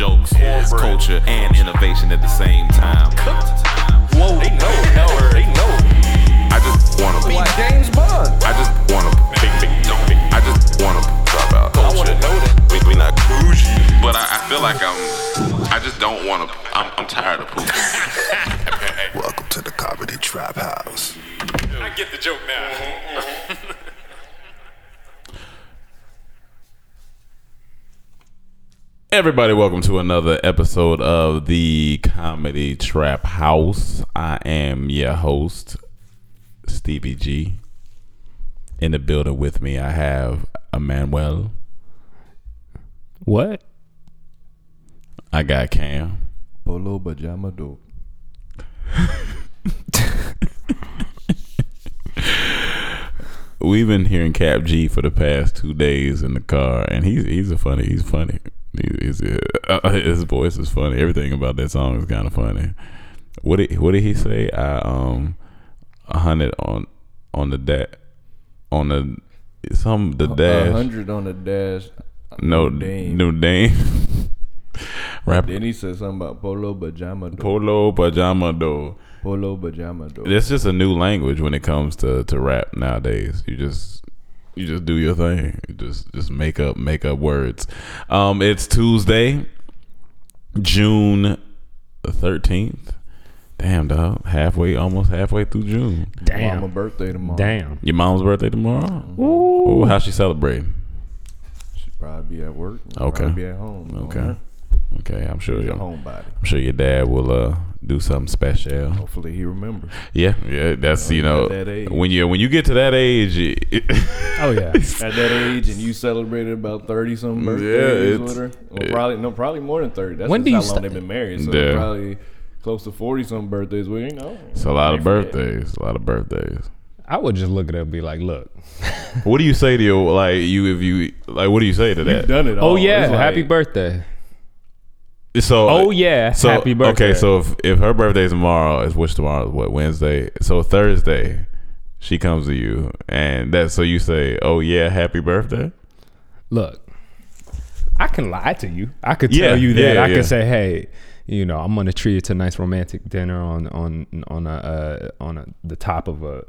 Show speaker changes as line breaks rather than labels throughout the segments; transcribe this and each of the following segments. that's culture and innovation at the same time.
Whoa.
They know, know her. They know her.
I just want to.
Why?
James Bond.
I just want to.
Big, big, big, big.
I just want to drop out.
I wanna know that.
We, we not bougie, but I, I feel like I'm. I just don't want to. I'm, I'm tired of pooping.
Welcome to the Comedy Trap House.
I get the joke now.
Everybody, welcome to another episode of the Comedy Trap House. I am your host, Stevie G. In the building with me, I have Emmanuel.
What?
I got Cam.
Polo pajama dope.
We've been hearing Cap G for the past two days in the car, and he's he's a funny. He's funny. He- He's, uh, his voice is funny. Everything about that song is kind of funny. What did what did he say? I um a hundred on on the dash on the some the
A
dash
hundred on the dash.
no
Dame.
no dame rap
Then he said something about polo pajama dope.
polo pajama though.
Polo pajama dope.
It's just a new language when it comes to, to rap nowadays. You just you just do your thing. You just just make up make up words. Um, it's Tuesday, June thirteenth. Damn dog, halfway almost halfway through June.
Mama
Damn.
birthday tomorrow.
Damn.
Your mom's birthday tomorrow. Ooh, how she celebrating?
She probably be at work. She'd
Okay.
Probably be at home.
Okay, okay. I'm sure
Your
your,
homebody.
I'm sure your dad will uh do something special.
Hopefully he remembers.
Yeah, yeah. That's you know
at that age.
when you when you get to that age. it-
Oh yeah.
At that age, and you celebrated about thirty something
Yeah,
birthdays
it's-
with her. Well, probably no, probably more than thirty. That's
When
just
do you
how
sta-
long they've been married. So
Yeah.
probably close to forty something birthdays. Well, you know,
It's a lot of birthdays. A lot of birthdays.
I would just look it up and be like, look.
What do you say to your like you if you like? What do you say to
you've
that?
done it.
Oh
all.
yeah.
It's like-
happy birthday.
So uh,
Oh yeah.
so,
happy birthday.
Okay, so if if her birthday is tomorrow, is which tomorrow is what Wednesday? So Thursday, she comes to you, and that so you say, oh yeah, happy birthday.
look, I can lie to you. I could
Yeah,
tell you that.
yeah,
I
yeah.
can say, hey, you know, I'm gonna treat you to a nice romantic dinner on on on a uh, on a, the top of a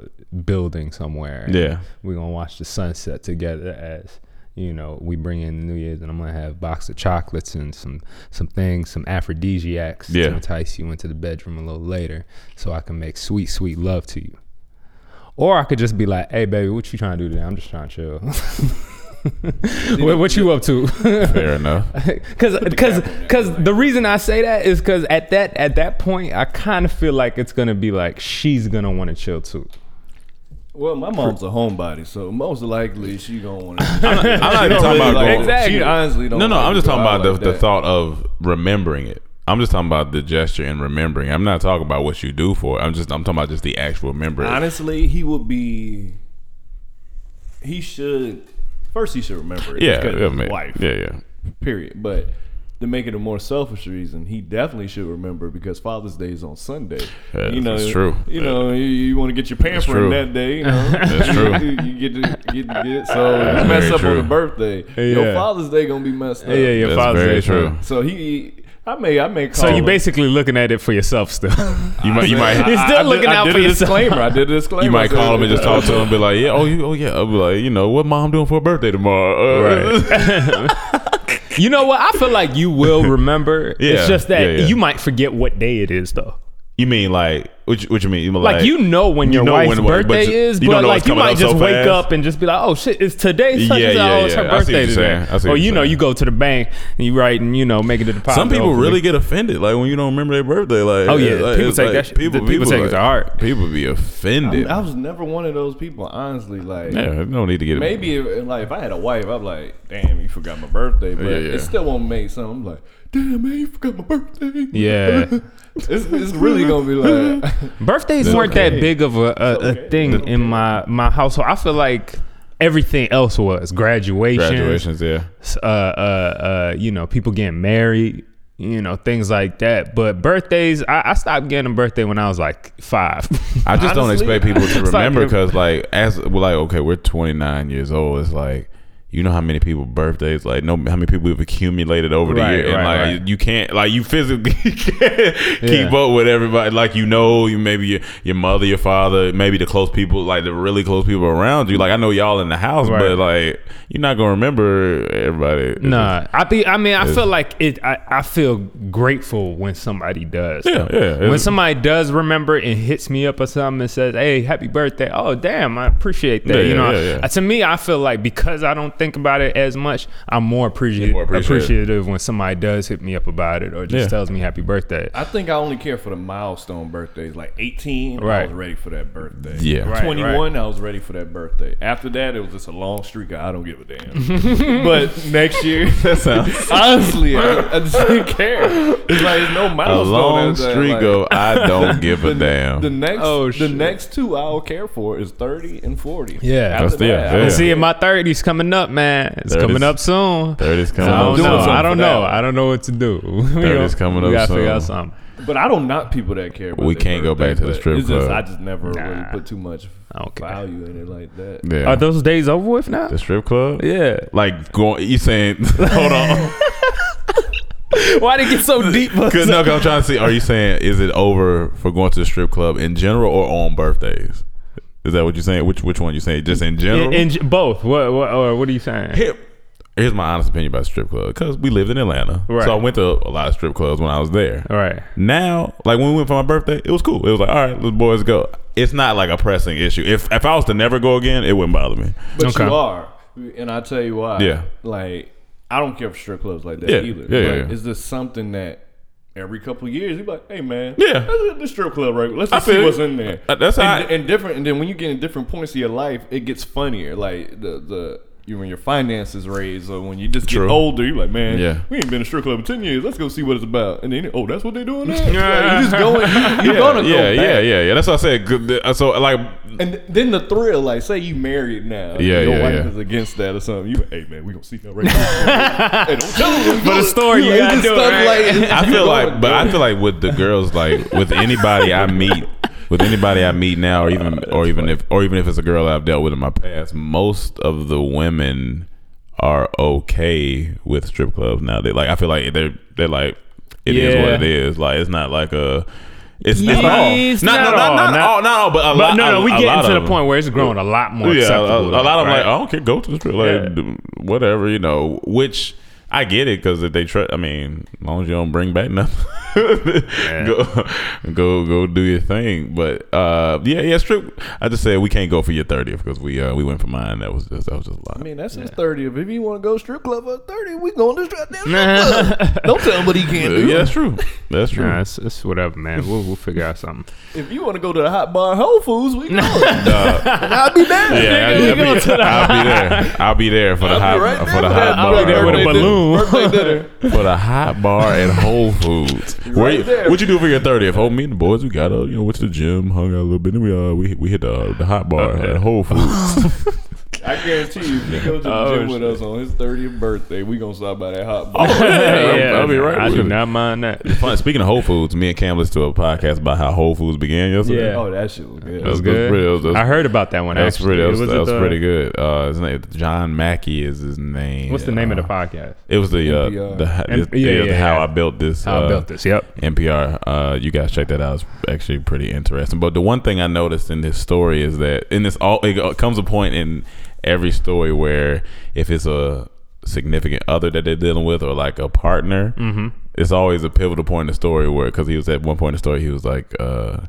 building somewhere. And
Yeah.
we're gonna watch the sunset together as. You know, we bring in the New Year's, and I'm gonna have a box of chocolates and some some things, some aphrodisiacs
Yeah.
to entice you into the bedroom a little later, so I can make sweet, sweet love to you. Or I could just be like, "Hey, baby, what you trying to do today? I'm just trying to chill. what, what you up to?"
Fair enough.
Because because because the reason I say that is because at that at that point, I kind of feel like it's gonna be like she's gonna want to chill too.
Well, my mom's a homebody, so most likely she gonna want to.
I'm not even talking about going.
Exactly.
She honestly don't.
No, no,
like
I'm just
to go
talking
out
about the,
like
the
that.
thought of remembering it. I'm just talking about the gesture and remembering. I'm not talking about what you do for it. I'm just I'm talking about just the actual memory.
Honestly, he would be. He should. First, he should remember it.
yeah,
because
yeah,
it's his
man.
wife.
yeah, yeah.
Period. But to make it a more selfish reason, he definitely should remember because Father's Day is on Sunday.
Yeah,
you know,
that's true.
You know, you, you want to get your
true.
pampering that day. You know,
That's true.
You, you get to get, to get so
That's
you mess
very
up
true.
on the birthday.
Yeah.
Your Father's Day gonna be messed up.
your
That's very true.
So he, I may, I may. Call
So you
him.
basically looking at it for yourself still.
You might you might
You're still
I did-
looking
I
out
did
for
a
yourself.
Disclaimer. I did a disclaimer.
You might call him and just talk to him and be like, yeah, oh, you, oh yeah. I'll be like, you know, what mom doing for a birthday tomorrow? Uh,
you know what? I feel like you will remember.
Yeah,
it's just that
yeah, yeah.
you might forget what day it is though.
you mean like, what you, what you mean? You mean
Like, you know when your
know when-
wife's
but
birthday
you-
is,
you
but
don't know
like
what's
you
coming
might
up
just
so
wake
fast.
up and just be like, oh shit, it's today such
Yeah,
and such.
yeah,
oh,
yeah.
it's
I see
her
what
birthday
you're saying.
today.
I see what
or
you're
you know,
saying.
you go to the bank and you write and you know make it a deposit.
Some people
hopefully.
really get offended, like when you don't remember their birthday. Like,
Oh, yeah.
it's like-
People
it's
take
like,
that shit- people take it to heart.
People be offended.
I was never one of those people, honestly. Like
yeah, you don't need to get
maybe if, like if I had a wife, I'm like, damn, you forgot my birthday, but
Yeah, yeah.
it still won't make something. I'm like, damn man, you forgot my birthday.
Yeah.
it's, it's really gonna be like,
Birthdays weren't that big of a, a, a thing in my my household. I feel like everything else was graduation,
graduations. Yeah,
uh, uh, uh, you know, people getting married, you know, things like that. But birthdays, I, I stopped getting a birthday when I was like five.
I just don't
Honestly,
expect people to
it's like
remember
if-
because, like, as well, like, okay, we're 29 years old. It's like you know how many people birthdays like no how many people we've accumulated over the
Right,
year and
right,
like
right.
you can't like you physically can't keep
Yeah.
up with everybody like you know you maybe your, your mother your father maybe the close people like the really close people around you like I know y'all in the house
Right.
but like you're not gonna remember everybody It's
Nah, I think I mean I feel like it. I, I feel grateful when somebody does.
Yeah,
though.
yeah,
When
it's-
somebody does remember and hits me up or something and says, "Hey, happy birthday!" Oh, damn, I appreciate that.
Yeah,
you
yeah,
know, Uh,
yeah, yeah.
to me, I feel like because I don't think about it as much, I'm more appreciative,
More appreciative.
appreciative. when somebody does hit me up about it or just
Yeah.
tells me happy birthday.
I think I only care for the milestone birthdays. Like 18, I
Right.
was ready for that birthday.
Yeah. Right,
right.
21, I was ready for that birthday. After that, it was just a long streak. of I don't give a damn. but next year,
that sounds
honestly, I, I just didn't care. It's like it's no
a
milestone.
long
after that,
streak
like-
of I don't give a
the,
damn
The next,
Oh,
the
shit.
next two I'll care for is thirty and forty.
Yeah.
After
That's-
yeah,
that, I
yeah.
And
don't
see,
care.
in my thirties coming up, man, it's
30s.
coming up soon.
30s coming
So I
up
don't
soon.
know. I
Something for
don't know.
that.
I don't know what to do. We
30s
gonna-
coming
we
up
gotta figure
soon.
out something.
but I don't knock people that care. About
We
their
can't go
birthday,
back to the
but
strip
it's just-
club.
I just never really
Nah.
put too much
I don't care.
value in it like that.
yeah
Are those days over with now?
the strip club
Yeah.
like going you saying hold on.
Why did it get so deep?
Cause no, 'cause I'm trying to see. Are you saying is it over for going to the strip club in general or on birthdays? Is that what you're saying? Which which one you saying? Just in general.
In, in both. What what or what are you saying?
Here- here's my honest opinion about strip club. Cause we lived in Atlanta,
Right.
so I went to a lot of strip clubs when I was there.
All right.
Now, like when we went for my birthday, it was cool. It was like, all right, let's boys go. It's not like a pressing issue. If if I was to never go again, it wouldn't bother me.
But
Okay.
you are, and I tell you why.
Yeah.
Like I don't care for strip clubs like that
Yeah,
either.
yeah, yeah,
like,
yeah.
It's just something that every couple of years you be like, hey man,
Yeah.
let's hit the strip club right. Let's
I
just see
feel
what's
you.
in there.
Uh, that's how
and,
I-
and different. And then when you get in different points of your life, it gets funnier. Like the the. You when your finances raise, or when you just
True.
get older, you're like, man,
Yeah.
we ain't been to strip club in ten years. Let's go see what it's about. And then, oh, that's what they're doing now. Like, you just going, you, are gonna
yeah,
go back.
yeah, yeah, yeah. That's what I said. Good- th- So like
And then the thrill, like, say you married now, and
Yeah,
your
yeah,
wife
yeah.
is against that or something. You, hey man, we gonna see her right now. hey, don't tell her.
But a story you gotta do it, right?
I feel like, but I feel like with the girls, like with anybody I meet, with anybody I meet now, or even, or even if, or even if it's a girl I've dealt with in my past, most of the women are okay with strip clubs now. They like, I feel like they're they're like, it is
Yeah.
what it is. Like, it's not like a. It's, it's
Yeah,
not all.
it's
Not,
not
not, not,
all,
not,
not-
all. Not all, but a
But
lot.
no,
a-
no, we
a lot
getting to
of
the
them.
point where it's growing a lot more
Yeah, a,
acceptable.
a- a lot of them like,
right?
I don't care, go to the strip, like
Yeah.
d- whatever, you know. Which I get it because if they try, I mean, as long as you don't bring back nothing, go, go, go, do your thing. But uh, yeah, yeah, strip. I just said we can't go for your thirtieth because we uh, we went for mine. That was just that was just a lot.
I mean, that's his thirtieth. If you want to go strip club on thirty, we going to strip damn
oh.
strip club. Don't tell him what he can't do.
yeah, that's true. That's true.
Nah, it's, it's whatever, man. We'll we'll figure out something.
If you want to go to the hot bar Whole Foods, we going. And I'll be down.
Yeah, I,
we
will be,
go to the-
I'll be there. I'll be there for the
I'll
hot
be right there
for the
for
hot
that.
bar.
I'll be there with a
Birthday
balloon.
Birthday dinner.
for the hot bar at Whole Foods. Where you-
there.
what you do for your thirtieth? Oh, me and the boys, we got up, you know, went to the gym, hung out a little bit, then we uh, we we hit the the hot bar at Whole Foods.
I guarantee you, if he goes to the
Oh,
gym with us on his thirtieth birthday, we gonna stop by that hot bar.
Oh, Yeah, I'll be right
I
with you.
do not mind that.
Fun. Speaking of Whole Foods, me and Cam listened to a podcast about how Whole Foods began yesterday.
Yeah.
Oh, that shit was good.
That's
Good.
pretty- that was- that was-
I heard about that one.
That's
actually.
pretty. That was,
It
that
at
was
the-
pretty good. Uh, his name John Mackey is his name.
What's the name of the
Uh,
podcast?
It was the uh,
NPR.
the,
N-
this-
yeah,
yeah,
yeah,
the how
yeah.
I built this.
How I
uh,
built this. Yep.
NPR. Uh, you guys check that out. It's actually pretty interesting. But the one thing I noticed in this story is that in this all it comes a point in every story where if it's a significant other that they're dealing with or like a partner,
Mm-hmm.
it's always a pivotal point in the story where because he was at one point in the story he was like. Uh,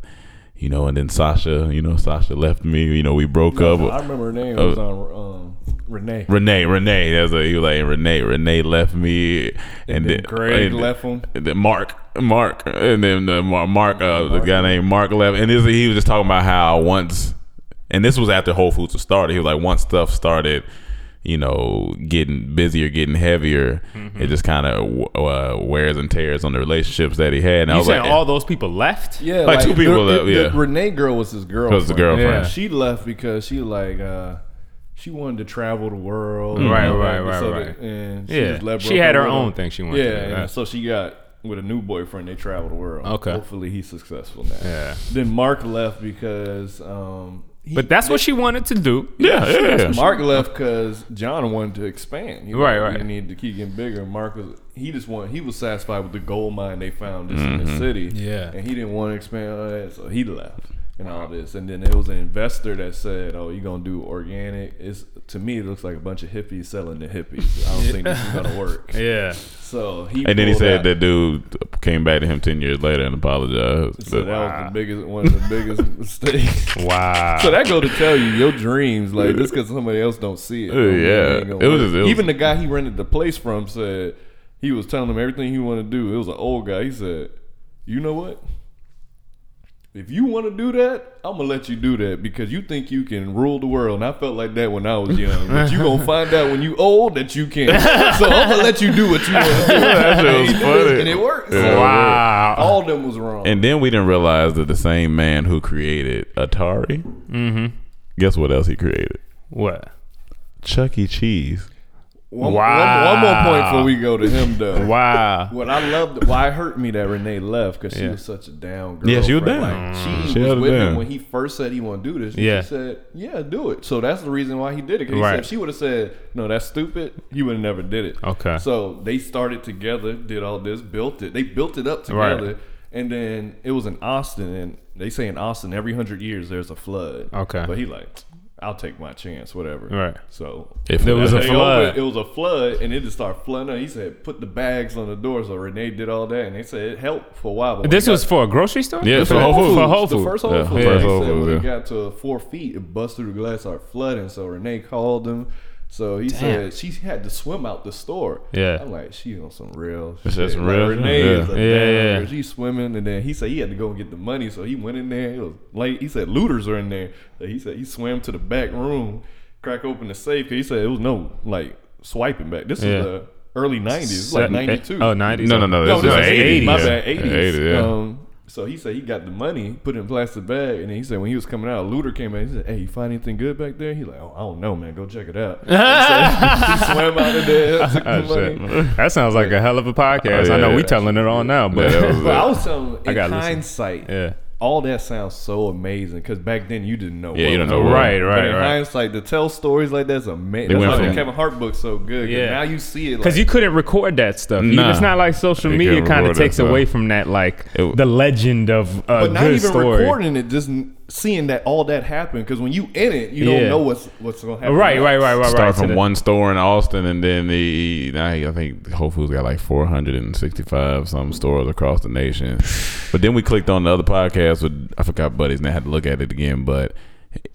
you know, and then Sasha, you know, Sasha left me. You know, we broke up.
I remember her name. It
Uh,
was on um, Renee.
Renee, Renee. That's what he was like. Renee, Renee left me, and,
then
then
Greg
and-
left him.
and then Mark, Mark, and then the Mar- Mark, uh, the guy named Mark left, and this, he was just talking about how once, and this was after Whole Foods was started. He was like, once stuff started, you know, getting busier, getting heavier, it just kind of uh, wears and tears on the relationships that he had. And I
You
was
saying
like,
all those people left?
Yeah,
Like, two people
the-
left,
the-
yeah.
the Renee girl was his girlfriend.
the girlfriend.
She left because she like uh, she wanted to travel the world.
Mm-hmm. Right,
and all
right,
that,
right,
so
right.
that- and
Yeah.
she, just left
She
broke
had
up
her
with
own
him.
thing she wanted
Yeah,
to do,
and
right.
so she got with a new boyfriend. They travel the world.
Okay.
Hopefully, he's successful now.
Yeah.
Then Mark left because um,
but that's what she wanted to do.
Yeah, yeah, yeah.
Mark left because John wanted to expand. He
Right,
wanted-
right.
He needed to keep getting bigger. Mark was he just wanted he was satisfied with the gold mine they found just in the
Mm-hmm.
city.
Yeah.
and he didn't want to expand all that, so he left and all this. And then it was an investor that said, "Oh, you gonna do organic?" It's to me, it looks like a bunch of hippies selling to hippies. I don't think this is gonna work.
Yeah.
So he
And then he
pulled
said
out.
that dude came back to him ten years later and apologized.
So that was the biggest one of the biggest mistakes.
Wow.
So that go to tell you your dreams, like just because somebody else don't see it.
Uh, yeah.
ain't gonna
It was
work.
just- it was-
even the guy he rented the place from said he was telling him everything he wanted to do. It was an old guy. He said, "You know what? If you want to do that, I'm gonna let you do that because you think you can rule the world." And I felt like that when I was young, but you gonna find out when you old that you can. So I'm gonna let you do what you want to do.
That shit was
And he did,
funny.
and it worked.
Yeah, it
Wow.
All them was wrong.
And then we didn't realize that the same man who created Atari, mm-hmm. guess what else he created?
What?
Chuck E. Cheese.
One, one- one more point
Wow.
before we go to him, though.
Wow.
What I loved, why it hurt me that Renee left because she
Yeah.
was such a down girl.
Yeah, she was
friend.
down.
Mm-hmm.
Like, she,
She
was
held it
with him
down.
when he first said he want to do this. and
Yeah.
She said, yeah, do it. So that's the reason why he did it. 'cause he said
Right.
if she would have said, no, that's stupid, he would have never did it.
Okay.
So they started together, did all this, built it. They built it up
Right.
together. And then it was in Austin. And they say in Austin, every 100 years, there's a flood.
Okay.
But he like, I'll take my chance, whatever.
Right.
So
If
There
it was
was a
a
they
flood.
opened- it was a flood, and it just started flooding. out. He said, "Put the bags on the door." So Renee did all that, and they said it helped for a while. But when
This
it
was
got-
for a grocery store?
Yeah,
for
for Whole Foods.
For Whole
the
Foods.
first Whole
Yeah, first
Foods. They
Whole
said
Foods,
when it
yeah.
got to four feet, it busted through the glass, started flooding. So Renee called him. So he said she had to swim out the store.
Yeah.
I'm like, she on some real.
That's
shit.
just some
Like,
real shit.
Renee is
Yeah.
a
Yeah,
down
yeah.
girl. She's swimming, and then he said he had to go and get the money. So he went in there. It was late. He said looters are in there. So he said he swam to the back room, crack open the safe. 'cause He said it was no like swiping back. This
Yeah.
is the early '90s, like '92.
Oh, 90s.
No, no, no.
No,
This
this
is
was 80s.
80s.
My
yeah.
bad, 80s.
80, yeah.
Um, so he said he got the money, put it in a plastic bag, and then he said when he was coming out, a looter came out. He said, "Hey, you find anything good back there?" He like, "Oh, I don't know, man. Go check it out." he, said, he swam out of there, took the
Shit.
money.
That sounds like a hell of a podcast.
Oh,
I know
yeah.
we telling it all now, but
Yeah, that was-
But I was telling him,
I
in
gotta listen.
hindsight,
Yeah.
all that sounds so amazing because back then you didn't know.
Yeah,
what
you don't
was
know
going
what.
on.
Right,
But
right,
in
right.
hindsight, to tell stories like that's amazing.
They
That's
went
why the
from-
Kevin Hart book's so good. 'cause
Yeah.
now you see it.
Because
like,
you couldn't record that stuff. You-
Nah.
It's not like social
You
media
couldn't
kind of
record that
takes
stuff.
away from that, like
It-
the legend of a
but
good
not even
story.
recording it, just n- seeing that all that happened. Because when you in it, you
Yeah.
don't know what's what's gonna happen.
Oh, Right,
next.
right, right, right, right.
Start
to
from
the-
one store in Austin, and then the now he- I think Whole Foods got like 465 some stores across the nation. But then we clicked on the other podcast with I forgot buddies, and I had to look at it again. But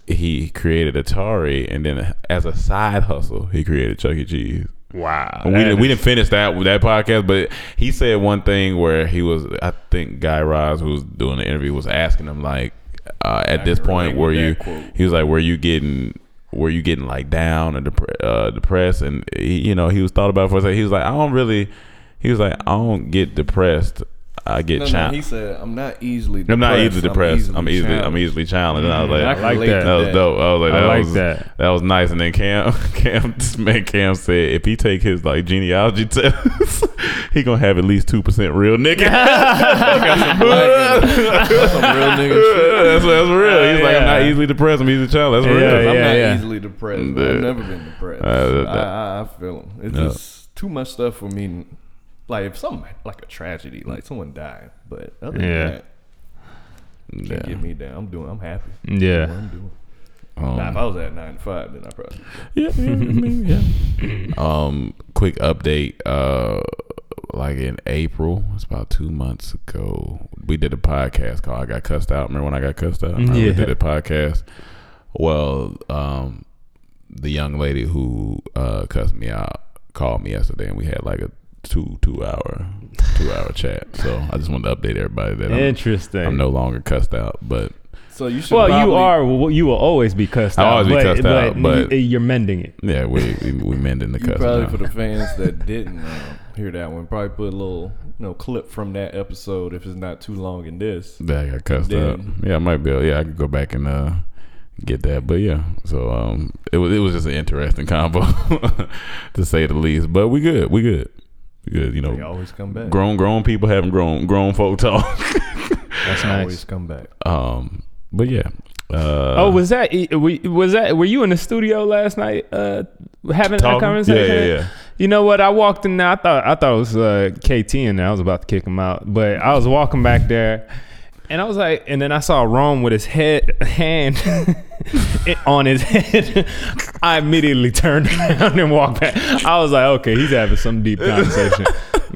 he created Atari, and then as a side hustle, he created Chuck E. Cheese.
Wow.
We
that
didn't, we
is-
didn't finish that that podcast, but he said one thing where he was, I think Guy Raz, who was doing the interview, was asking him like, uh, at this
can
point,
relate
were
to that
you?
quote.
He was like, were you getting? Were you getting like down or depre- uh, depressed? And he, you know, he was thought about it for a second. He was like, I don't really. He was like, I don't get depressed. I get
No, no, he
challenged.
said, "I'm not easily. Depressed.
I'm not easily depressed. I'm easily, I'm easily challenged. And I was like,
I can
like
relate
that.
to
that was dope. I was like,
I
that
like
was,
that.
that. was nice. And then Cam, Cam, this man Cam said, if he take his like genealogy test, he gonna have at least two percent real nigga. that's,
That's some real nigga shit.
that's real. He's like, I'm not
Yeah.
easily depressed. I'm easily child. That's
Yeah,
real.
yeah.
I'm not easily depressed. I've
Dude.
never been depressed.
Uh, that-
I, I, I feel him. It's just too much stuff for me. Like if something like a tragedy, like someone died, but other than
Yeah.
that, can't get me down. I'm doing. I'm happy.
Yeah.
Um,
Nah, if I was at nine to five, then I probably.
yeah, yeah, I mean, yeah. Um, quick update. Uh, like in April, it's about two months ago. We did a podcast called "I Got Cussed Out." Remember when I got cussed out?
Mm-hmm.
Remember
Yeah.
We did a podcast. Well, um, the young lady who uh, cussed me out called me yesterday, and we had like a two two hour two hour chat. So I just wanted to update everybody that I'm,
Interesting.
I'm no longer cussed out, but
So you should.
well, you
probably-
are. well, You will always be cussed
I'll
out.
always be
but,
cussed
but
out, but-
y- you're mending it.
yeah, we we, we mending the
You
cuss.
probably
now.
for the fans that didn't uh, hear that one, probably put a little you know clip from that episode if it's not too long in this.
That I got cussed up.
Then-
Yeah, I might be. able- Yeah, I could go back and uh, get that. But yeah, so um, it was it was just an interesting combo, to say the least. But we good. We good. We good. You
They
know,
always come back.
grown grown people having grown grown folk talk.
That's
They always come back.
um, but yeah, Uh,
oh, was that eh, we- was that were you in the studio last night uh, having that
Talking?
conversation?
Yeah, yeah, yeah.
You know what? I walked in there. I thought I thought it was uh, KT in there. I was about to kick him out, but I was walking back there, and I was like, and then I saw Rome with his head hand on his head. I immediately turned around and walked back. I was like, okay, he's having some deep conversation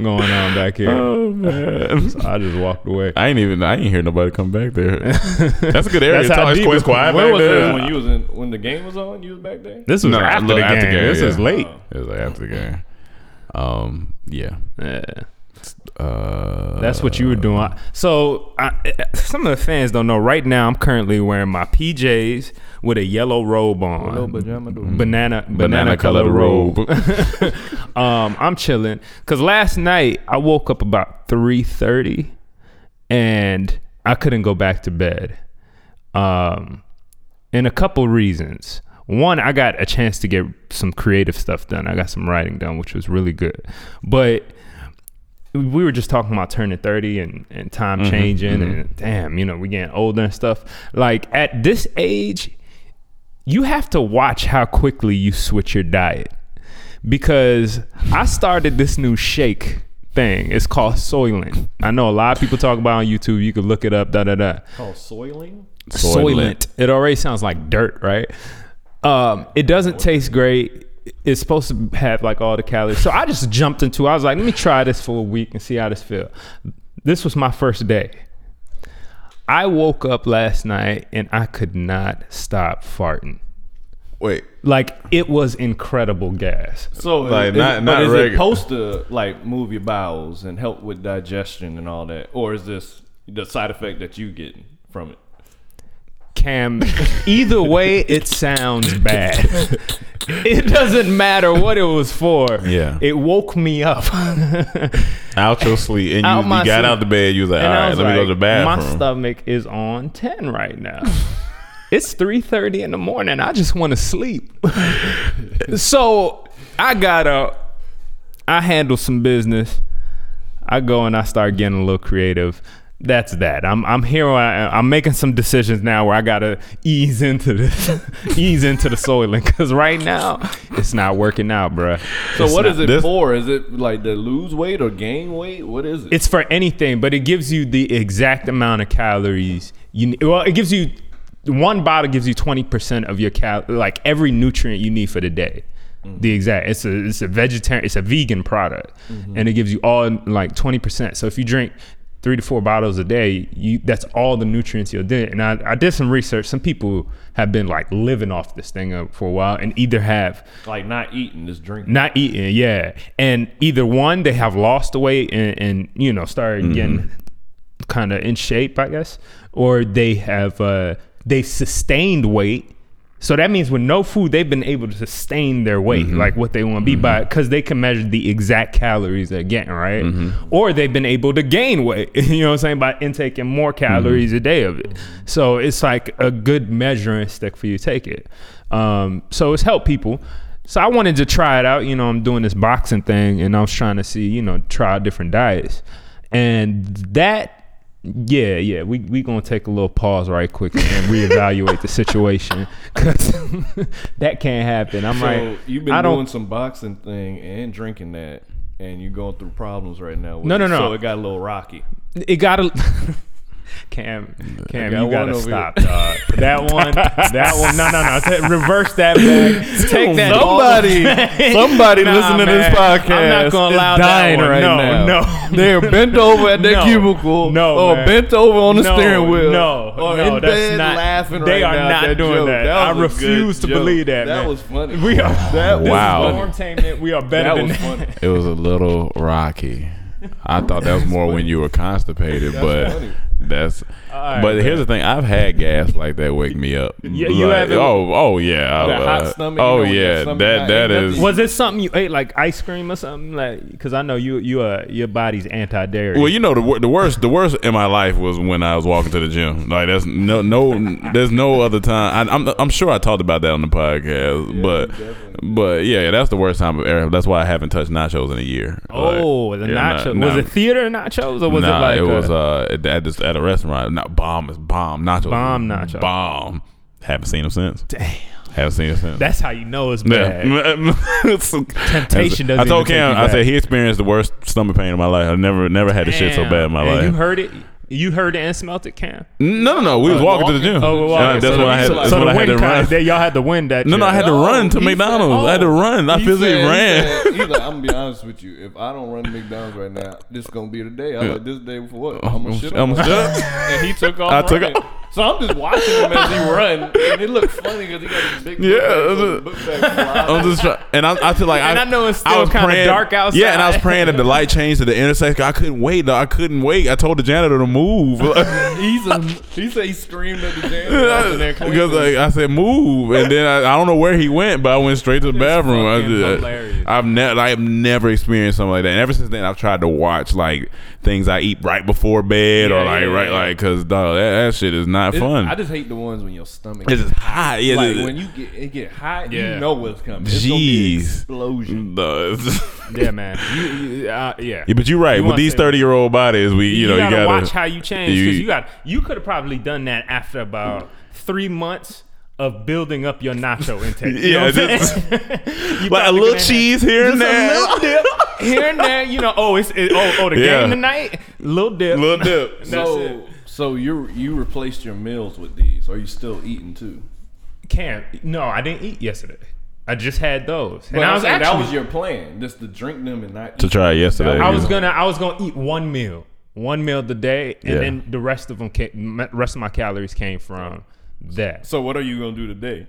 going on back here.
oh man.
So I just walked away.
I ain't even. I ain't hear nobody come back there. That's a good area.
That's how
Talk- it's
deep
quite
it-
quiet
where
back
was
there.
that when you was in when the game was on? You was back there.
This was
No,
after,
look,
the game.
This is
yeah.
late. It was like after the game. Um. Yeah.
Yeah.
Uh.
That's what you were doing. I- So I, some of the fans don't know. Right now, I'm currently wearing my PJs with a yellow robe on, banana banana, colored robe. um, I'm chilling because last night I woke up about three thirty, and I couldn't go back to bed. Um, and a couple reasons. One, I got a chance to get some creative stuff done. I got some writing done, which was really good. But we were just talking about turning 30 and, and time changing and damn, you know, we getting older and stuff. Like at this age, you have to watch how quickly you switch your diet because I started this new shake thing. It's called Soylent. I know a lot of people talk about it on YouTube. You could look it up, da da da.
Called soiling.
Soylent.
Soylent. It already sounds like dirt, right? Um, it doesn't taste great. It's supposed to have like all the calories. So I just jumped into. it. I was like, let me try this for a week and see how this feels. This was my first day. I woke up last night and I could not stop farting.
Wait.
Like it was incredible gas.
So
Like,
is,
not-
but
not
is it
regular.
supposed to like move your bowels and help with digestion and all that, or is this the side effect that you get from it?
Cam, either way, it sounds bad. It doesn't matter what it was for.
Yeah.
It woke me up.
Out your sleep, and you,
Out
you
my
got
sleep.
out the bed. You was like, all
And I
right,
was
let me go to the
like, My
bathroom.
stomach is on ten right now. it's three thirty in the morning. I just want to sleep. so I got up. I handle some business. I go and I start getting a little creative. That's that. I'm I'm here. where I, am. I'm making some decisions now where I gotta ease into this, ease into the soiling, because right now it's not working out, bruh.
So what is it
this-
for? Is it like to lose weight or gain weight? What is it?
it's for anything, but it gives you the exact amount of calories you need. Well, it gives you one bottle gives you twenty percent of your cal like every nutrient you need for the day. The exact it's a it's a vegetarian it's a vegan product, and it gives you all like twenty percent. So if you drink three to four bottles a day, you that's all the nutrients you'll get. And I, I did some research. Some people have been like living off this thing uh, for a while, and either have
like not eating, just drinking.
not eating, yeah. And either one, they have lost the weight and, and you know started getting kind of in shape, I guess, or they have uh, they've sustained weight. So that means with no food, they've been able to sustain their weight, like what they want to be by, because they can measure the exact calories they're getting, right? Or they've been able to gain weight, you know what I'm saying, by intaking more calories a day of it. So it's like a good measuring stick for you to take it. Um, so it's helped people. So I wanted to try it out. You know, I'm doing this boxing thing and I was trying to see, you know, try out different diets. And that, yeah, yeah, we we gonna take a little pause right quick and reevaluate the situation because that can't happen. I'm
So
like,
you've been
I don't-
doing some boxing thing and drinking that, and you're going through problems right now. with
No, no,
it.
no.
So it got a little rocky.
it gotta. Cam, Cam,
got
you
one
gotta
over
stop, dog. That one, that one. No, no, no. Ta- reverse that back. Take that. ball
Somebody-
back.
somebody
Nah,
listening to this
man. I'm
podcast
not gonna
is
allow
dying
that one.
right
no,
now.
No,
They're bent over at their
No,
cubicle,
No,
or
man.
bent over on the
No,
steering wheel,
No,
or
no,
in
that's
bed
not,
laughing
They
right
are
now at
not
that
doing
joke.
that.
That
I
was a good
refuse to
joke.
believe that.
That
man.
was funny.
We are
That was
Wow.
funny.
Storm Tainment, We are better
That
than
was funny.
that.
It was a little rocky. I thought that was more when you were constipated, but
funny.
that's.
right,
but here's the thing: I've had gas like that wake me up. Yeah,
you
like,
haven't-
Oh, oh yeah.
That
I-
hot stomach,
Oh
you know, when your
yeah.
stomach
That
not
that
ain't
is.
nothing.
Was it something you ate like ice cream or something? Like, because I know you you uh your body's anti dairy.
Well, you know the wor- the worst the worst in my life was when I was walking to the gym. Like that's no no there's no other time. I, I'm I'm sure I talked about that on the podcast, but But yeah, that's the worst time of ever. That's why I haven't touched nachos in a year.
Oh,
Like,
the
yeah,
nacho.
nah,
was
nah.
it theater nachos or was
nah,
it like
it
a-
was uh at at, this, at a restaurant. Not bomb is bomb nachos.
Bomb nachos.
Bomb. Haven't seen them since. Damn. Haven't seen them since.
That's how you know it's
yeah.
bad.
It's-
Temptation doesn't
I told
even take
Cam.
you
I
back.
said he experienced the worst stomach pain in my life. I never, never had the shit so
Damn.
bad in my
And
life.
You heard it. You heard it and smelt it, Cam.
no, no, no. We was walking, to the gym.
Oh, well,
And
okay.
that's
so
when I had.
the,
That's
so
when
the
I had
wind
to
kinda-
run.
that Oh, y'all had to win that.
No, no,
shit.
I had to
No,
run to
he said-
McDonald's. I had to
oh.
run. I
He
physically
said- he
ran.
said- he's like, I'm gonna be honest with you. If I don't run to McDonald's right now, this is gonna be the day. I'm like, this day for what?
Oh,
I'm gonna shit
I'ma
on
shit
myself.
up.
And he took off.
I took
running.
off.
So I'm just watching him as he run, and it looked funny because he got a big
Yeah,
book bag, so the book bag flies.
I'm just trying, and I, I feel like
And
I,
I know it's
I
still
was
kinda
praying-
dark outside.
Yeah, and I was praying that the light changed to the intersection. I couldn't wait. Though. I couldn't wait. I told the janitor to move
He's a, he said he screamed at the janitor. I was in there
because
cleaning.
like, I said move, and then I, I don't know where he went, but I went straight to the bathroom. I
fucking
did-
hilarious.
I've never, I've never experienced something like that. And ever since then, I've tried to watch like things I eat right before bed
Yeah,
or like
yeah,
right
yeah.
like because that, that shit is not
It-
fun.
I just hate the ones when your stomach.
it's just hot. Yeah,
like
it-
when you get it get hot,
Yeah.
you know what's coming. It's gonna be an
Jeez. Mm.
explosion.
No, it's-
Yeah, man. You, you, uh, yeah.
Yeah, but you're right.
You
With
wanna
these
say-
thirty year old bodies, we you, know
gotta,
you gotta
watch how you change. 'cause
you-
You, got you could have probably done that after about three months of building up your nacho intake. You know
Yeah,
what I'm
just-
saying? You
like a little
probably could've had-
cheese here and
Just a
there.
little dip here and there. You know, oh, it's it, oh, oh, the
Yeah.
game tonight. Little dip.
little dip.
That's
so,
it.
so you you replaced your meals with these? Are you still eating too?
Cam, no, I didn't eat yesterday. I just had those, and
But
I
I'm
was
saying
actually
that was your plan, just to drink them and not
to
eat.
try it yesterday.
I was gonna I was gonna eat one meal, one meal today, and
Yeah.
then the rest of them came, m- rest of my calories came from that.
So what are you gonna do today?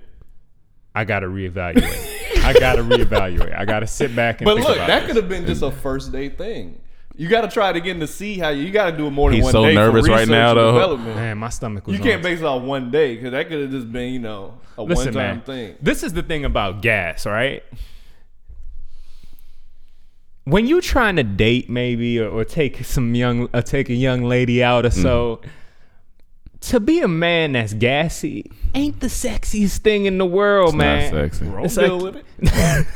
I gotta reevaluate. I gotta reevaluate. I gotta sit back and.
But
think
look,
about
that
this.
could have been just a first day thing. You got to try it again to see how you, you got to do it more than
He's
one
so
day. for
nervous right
research
now,
and
though.
development.
man, my stomach was.
You
on
can't
it.
base it on one day because that could have just been you know a
Listen,
one time
man.
thing.
This is the thing about gas, all right? When you trying to date, maybe, or, or take some young, or take a young lady out or so, to be a man that's gassy ain't the sexiest thing in the world, man.
Not sexy.
It's
Deal
like-
with it.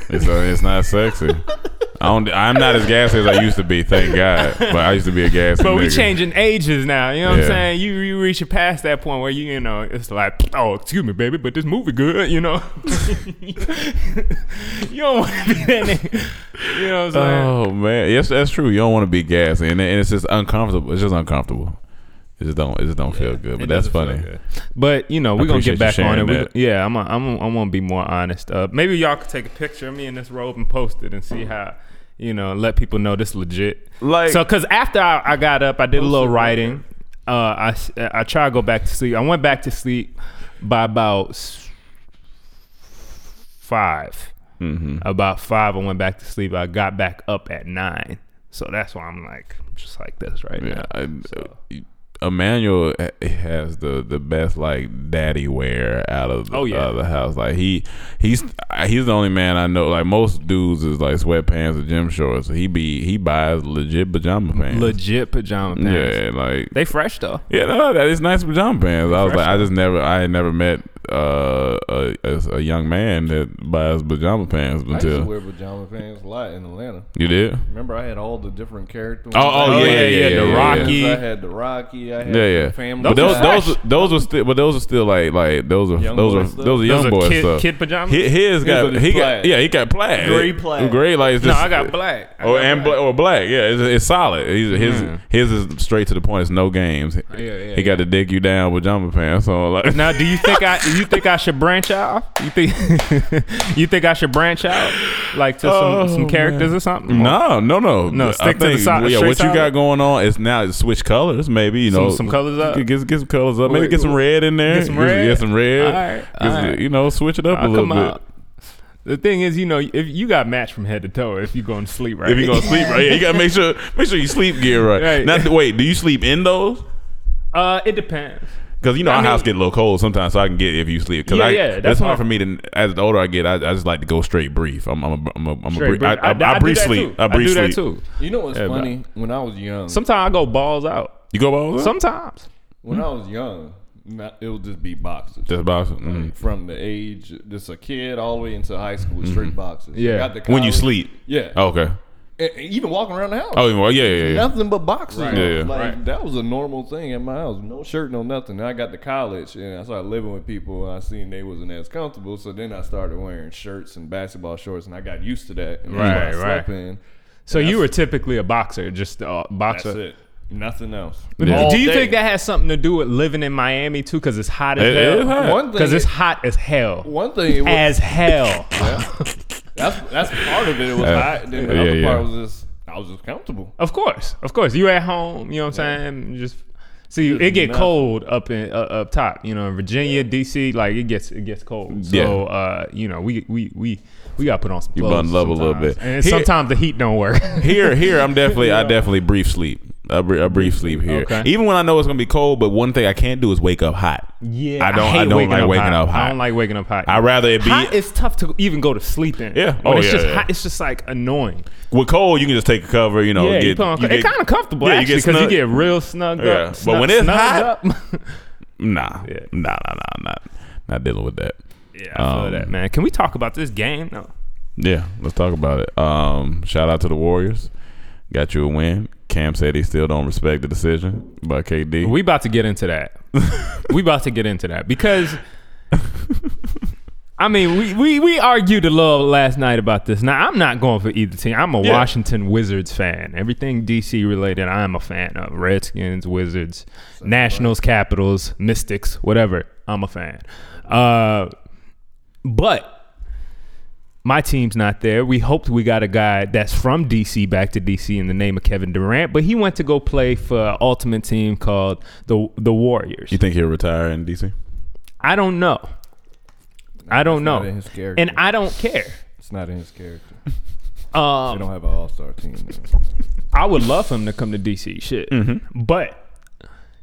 It's, uh, it's not sexy. I don't, I'm not as gassy as I used to be. Thank God. But I used to be a gassy.
But we
nigga.
changing ages now. You know what
Yeah.
I'm saying? You you reaching past that point where you you know it's like, oh, excuse me, baby, but this movie good. You know, you don't want to be that. nigga. You know what I'm saying?
Oh man, yes, that's true. You don't want to be gassy, and, and it's just uncomfortable. It's just uncomfortable. It just don't. It just don't feel good. But that's funny.
But you know, we're gonna
appreciate
get
you
back on
sharing
it. We-
that.
yeah, I'm i I'm i I'm gonna be more honest. Uh, maybe y'all could take a picture of me in this robe and post it and see how you know let people know this legit.
Like-
so, because after I, I got up, I did a little writing. Uh, I s- I tried to go back to sleep. I went back to sleep by about s- 5
Mm-hmm.
About five, I went back to sleep. I got back up at nine. So that's why I'm like just like this right
Yeah,
now.
I, uh, Emmanuel ha- has the the best like daddy wear out of the,
Oh, yeah.
out of the house. Like he he's he's the only man I know. Like most dudes is like sweatpants or gym shorts. He be he buys legit pajama pants.
Legit pajama pants.
Yeah, like
They fresh though.
yeah, no, that is nice pajama pants. I was like, I just never, I had never met uh, a, a a young man that buys pajama pants
I used to
until
wear pajama pants a lot in Atlanta.
you did.
Remember, I had all the different characters.
Oh, oh, yeah, yeah, yeah,
the
yeah,
Rocky.
yeah.
I had the Rocky. I had
Yeah, yeah.
The family.
But those,
Guy.
those, those were still, but those are still like, like those are,
Young
those
boy
are,
stuff?
those are young
Those are
boy
kid-
stuff.
kid pajamas?
Hi- His got,
are
he got,
plaid.
yeah, he got plaid.
Gray plaid.
Gray, like it's
No,
just,
I got black. I
Oh,
got
and
black.
bla- or black, yeah, it's, it's solid. He's, his his is straight to the point. It's no games.
yeah, yeah,
he got to dig you down with jumper pants. So like,
Now, do you think I you think I should branch out? You think you think I should branch out like to
Oh,
some, some characters
man.
or something?
No, no, no,
No,
I
stick to the
think,
side-
Yeah,
straight
what you got
side?
going on is now it's switch colors. Maybe you know
some colors up?
Get, get, get some colors up. Maybe
Wait,
get some red in there.
get some red?
Get some red.
Alright,
Get some-
alright.
You know, switch it up a
I'll
little
come
bit.
out. The thing is, you know, if you got matched from head to toe, if you going to sleep right,
If you're gonna sleep right, yeah, you gotta make sure make sure you sleep gear right.
Right.
Not wait, do you sleep in those?
uh, it depends.
Because you know
I
our
mean-
house get a little cold sometimes, so I can get if you sleep. Because
Yeah,
I,
yeah,
but it's
that's
hard
why-
for me to. As the older I get, I, I just like to go straight brief. I'm, I'm, a, I'm, a, I'm a
Straight
brief.
brief.
I, I,
do-
I,
do
brief
that
sleep.
too.
I brief
do that
sleep.
too.
You know what's
Yeah, but-
funny? When I was young,
Sometimes I go balls out.
You go balls out?
Sometimes
when I was young, Not, it'll just be boxes.
Just boxing. Mm.
From the age just a kid all the way into high school, it's straight boxes.
Mm-hmm. Yeah.
Got the
When you
college-
sleep. Oh,
Yeah.
Oh.
Okay.
And- and even walking around the house.
Oh, well, yeah, yeah, yeah.
nothing but boxes.
Right.
Yeah, yeah.
Like
Right.
that was a normal thing at my house. No shirt, no nothing. I got to college and I started living with people and I seen they wasn't as comfortable. So then I started wearing shirts and basketball shorts and I got used to that. And that's what I
Right,
slept
right.
in.
So you were typically a boxer, just a
That's
boxer.
it. Nothing else.
Yeah.
Do you
day.
think that has something to do with living in Miami too? Because it's hot as
It- it is hot.
hell.
One thing-
Because it's hot as hell.
One thing it was,
as hell.
that's that's part of it. It was
Uh,
hot. Then the
yeah,
other part
yeah.
was just I was just comfortable.
Of course, of course. You at home, you know what I'm saying? Just see, it get
nothing.
cold up in uh, up top. You know, in Virginia, DC, like it gets it gets cold. So,
Yeah.
uh, you know, we we we we gotta put on some.
You
clothes
bundle up a little
sometimes.
bit.
and
Here-
sometimes the heat don't work.
Here, here, I'm definitely, I definitely brief sleep. A, br- a brief sleep here.
Okay.
Even when I know it's gonna be cold, but one thing I can't do is wake up hot.
yeah,
I don't, I, don't like waking up hot.
I don't like waking up hot.
I'd rather it be
hot is tough to even go to sleep in.
Yeah.
When
Oh,
it's
yeah,
just
yeah.
hot, it's just like annoying.
with cold. You can just take a cover, you know.
yeah,
get,
you put on,
you
it's
get-
kind of comfortable
Yeah, you
actually
get
because you
snug-
get real snug
Yeah,
up.
but
snug-
when it's
snugged
hot-
up.
Nah,
Yeah.
nah, nah, nah. I'm not, not dealing with that.
yeah, I feel
Um,
that man. Can we talk about this game? No.
Yeah, let's talk about it. Um, shout out to the Warriors. Got you a win. Cam said he still don't respect the decision by KD.
We about to get into that. we about to get into that because I mean, we, we we argued a little last night about this. Now I'm not going for either team. I'm a
Yeah.
Washington Wizards fan. Everything DC related, I'm a fan of. Redskins, Wizards, Nationals, Capitals, Mystics, whatever. I'm a fan. Uh, but my team's not there. We hoped we got a guy that's from DC back to DC in the name of Kevin Durant, but he went to go play for an ultimate team called the the Warriors.
you think he'll retire in DC?
I don't know. I don't know.
not in his character.
And I don't care.
It's not in his character. They
Um,
don't have an all star team.
I would love for him to come to DC, shit. But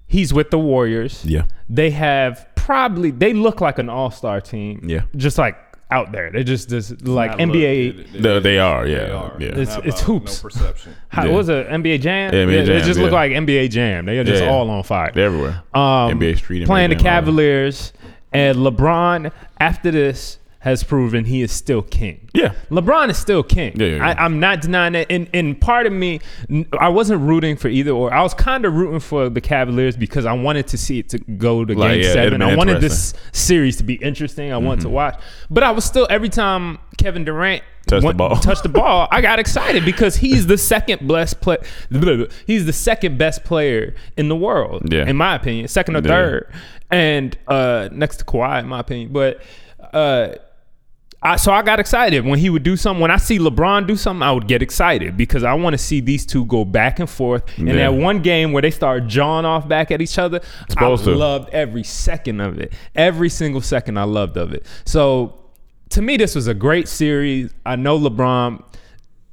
he's with the Warriors.
Mm-hmm. Yeah,
They have probably they look like an all star team.
Yeah.
just like out there. They're just this like
Not look.
NBA.
It- it-
they, they are. Yeah,
are.
yeah.
It's-
How
it's
about
hoops.
No perception.
How,
Yeah.
What was it? NBA Jam?
Yeah, NBA
they
Jam,
just look
yeah.
like NBA Jam. They are just
Yeah.
all on fire.
They're everywhere.
Um,
NBA Street and
playing the
everything, all that.
Cavaliers, and LeBron after this has proven he is still king.
Yeah.
LeBron is still king.
Yeah, yeah, yeah.
I, I'm not denying that. And, and part of me, n- I wasn't rooting for either or. I was kind of rooting for the Cavaliers because I wanted to see it to go to
Like,
game
yeah, it'd
seven.
been Mm-hmm.
I wanted this series to be interesting. I wanted to watch. But I was still, every time Kevin Durant
Touched the ball.
touched the ball, I got excited because he's the second best play. He's the second best player in the world,
Yeah.
in my opinion, second or
Yeah.
third, and uh, next to Kawhi, in my opinion. But uh, I, so I got excited when he would do something. When I see LeBron do something, I would get excited because I want to see these two go back and forth. And
Yeah.
that one game where they start jawing off back at each other, I
Supposed to.
loved every second of it. Every single second I loved of it. So to me, this was a great series. I know LeBron.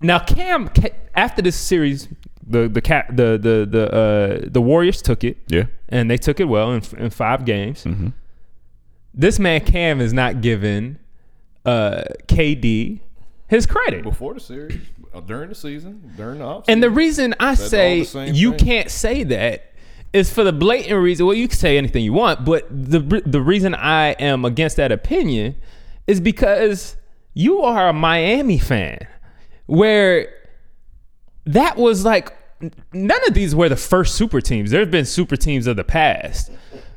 Now Cam, Ca- after this series, the the cat the the the uh, the Warriors took it.
Yeah.
and they took it well in, in five games. This man Cam is not giving uh, KD his credit.
Before the series, uh, during the season, during the offseason.
And the reason I
all
say
the same
you
thing.
can't say that is for the blatant reason. Well, you can say anything you want, but the the reason I am against that opinion is because you are a Miami fan, where that was like none of these were the first super teams. There have been super teams of the past.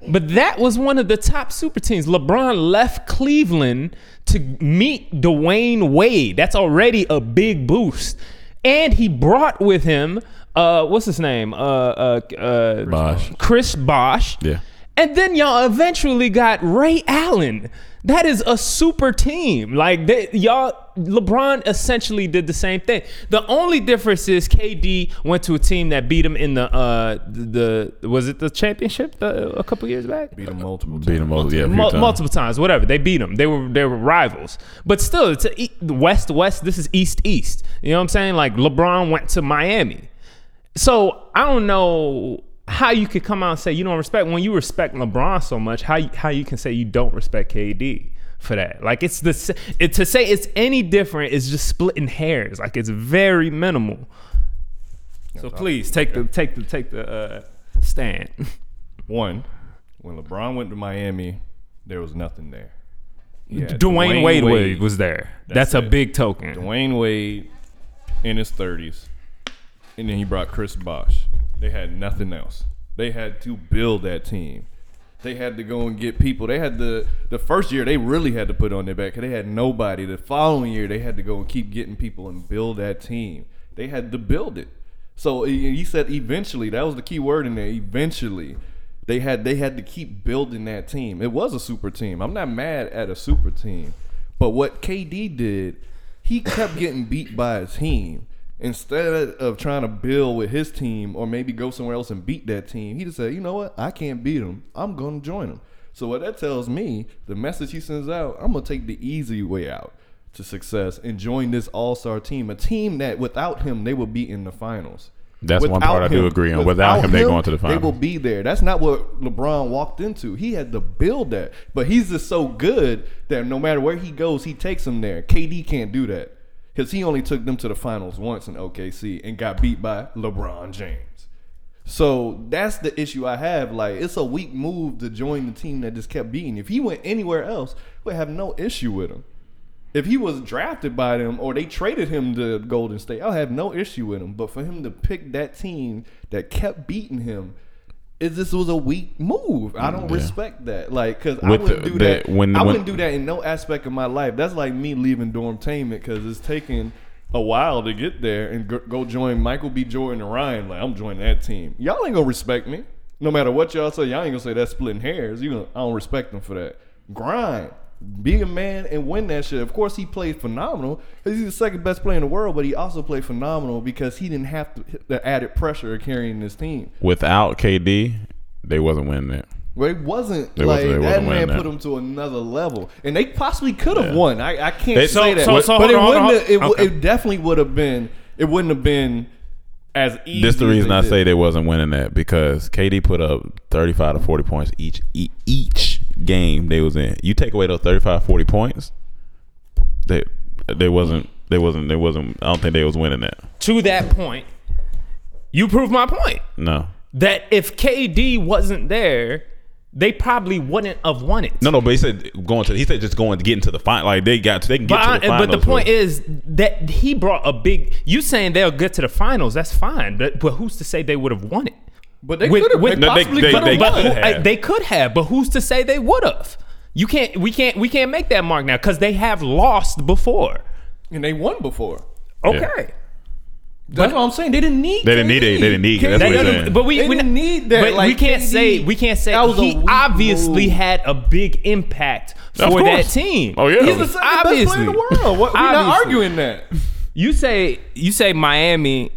But that was one of the top super teams. LeBron left Cleveland to meet Dwayne Wade. That's already a big boost. And he brought with him uh what's his name? Uh uh uh
Bosh.
Chris Bosh.
Yeah.
And then y'all eventually got Ray Allen. That is a super team. Like they, y'all, LeBron essentially did the same thing. The only difference is KD went to a team that beat him in the uh the, the- was it the championship the, a couple years back?
beat them multiple times.
Beat them all. Yeah, a few
Mul-
times.
multiple times, whatever. They beat them. They were they were rivals. But still, it's a e- West West. This is East East. You know what I'm saying? Like LeBron went to Miami. So I don't know how you could come out and say you don't respect when you respect LeBron so much. How you, how you can say you don't respect KD for that? Like it's the s- it, to say it's any different is just splitting hairs. Like it's very minimal. So please take the take the take the uh, stand.
One, When LeBron went to Miami, there was nothing there. Yeah,
Dwayne, Wade, was there. That's,
That's
a
it.
big token.
Dwayne Wade in his 30s. And then he brought Chris Bosh. They had nothing else. They had to build that team. They had to go and get people. They had to the first year they really had to put on their back 'cause they had nobody. The following year they had to go and keep getting people and build that team. They had to build it. So he he said eventually that was the key word in there. Eventually, they had they had to keep building that team. It was a super team. I'm not mad at a super team, but what KD did, he kept getting beat by his team. Instead of trying to build with his team or maybe go somewhere else and beat that team, he just said, "You know what? I can't beat them. I'm gonna join them." So what that tells me, the message he sends out, I'm gonna take the easy way out to success and join this All Star team, a team that without him they would be in the finals.
That's one part I do agree on. Without him, they going to the
They will
finals.
be there. That's not what LeBron walked into. He had to build that, but he's just so good that no matter where he goes, he takes them there. KD can't do that because he only took them to the finals once in OKC and got beat by LeBron James. So that's the issue I have. Like, it's a weak move to join the team that just kept beating. If he went anywhere else, we'd have no issue with him. If he was drafted by them or they traded him to Golden State, I'll have no issue with him. But for him to pick that team that kept beating him, it just was a weak move. I don't respect that. Like, because I
With
wouldn't
the-
do
the-
that.
when-
I
when-
wouldn't do that in no aspect of my life. That's like me leaving dormtainment because it's taking a while to get there and go- go join Michael B. Jordan and Ryan. Like, I'm joining that team. Y'all ain't gonna respect me. No matter what y'all say, y'all ain't gonna say that's splitting hairs. You gonna, I don't respect them for that. Grind. Be a man and win that shit. Of course, he played phenomenal because he's the second best player in the world, but he also played phenomenal because he didn't have to, the added pressure of carrying this team.
Without KD, they wasn't winning it.
Well, it wasn't
They
like
wasn't- they
that
wasn't winning
man
that.
put them to another level, and they possibly could have won. I, I can't
They- so-
say that,
so- so
but
hold
it
on,
wouldn't.
hold on.
have- It, w
Okay.
it definitely would have been. It wouldn't have been as easy.
This the
as
reason
they
I
did.
say they wasn't winning that because KD put up 35 to 40 points each e- each game they was in. You take away those 35 40 points, they they wasn't they wasn't they wasn't I don't think they was winning that.
To that point, you prove my point
No.
that if KD wasn't there, they probably wouldn't have won it.
No, no, but he said going to he said just going to get into the final like they got they can get
But,
to the
I-
finals.
but the point
with-
is that he brought a big. You saying they'll get to the finals? That's fine, but, but who's to say they would have won it?
but they
with-
could have. They
with- No,
they-
possibly
they-
could have
they-
but
could
who-
have.
I- they could have. But who's to say they would have? You can't. We can't. We can't make that mark now because they have lost before.
and they won before.
Okay.
That's what I'm saying. They didn't need.
They didn't need it. They didn't need it. That's
That
what he's
doesn't-
saying.
but we,
They
we
didn't
not-
need that.
But we
Like,
can't
KD,
say we can't say
that was a
he
weak
obviously
move.
had a big impact
Of
for that
course.
team.
Oh yeah.
He's the second best player in
Obviously.
the world. What, we're not
Obviously.
arguing that.
You say you say Miami.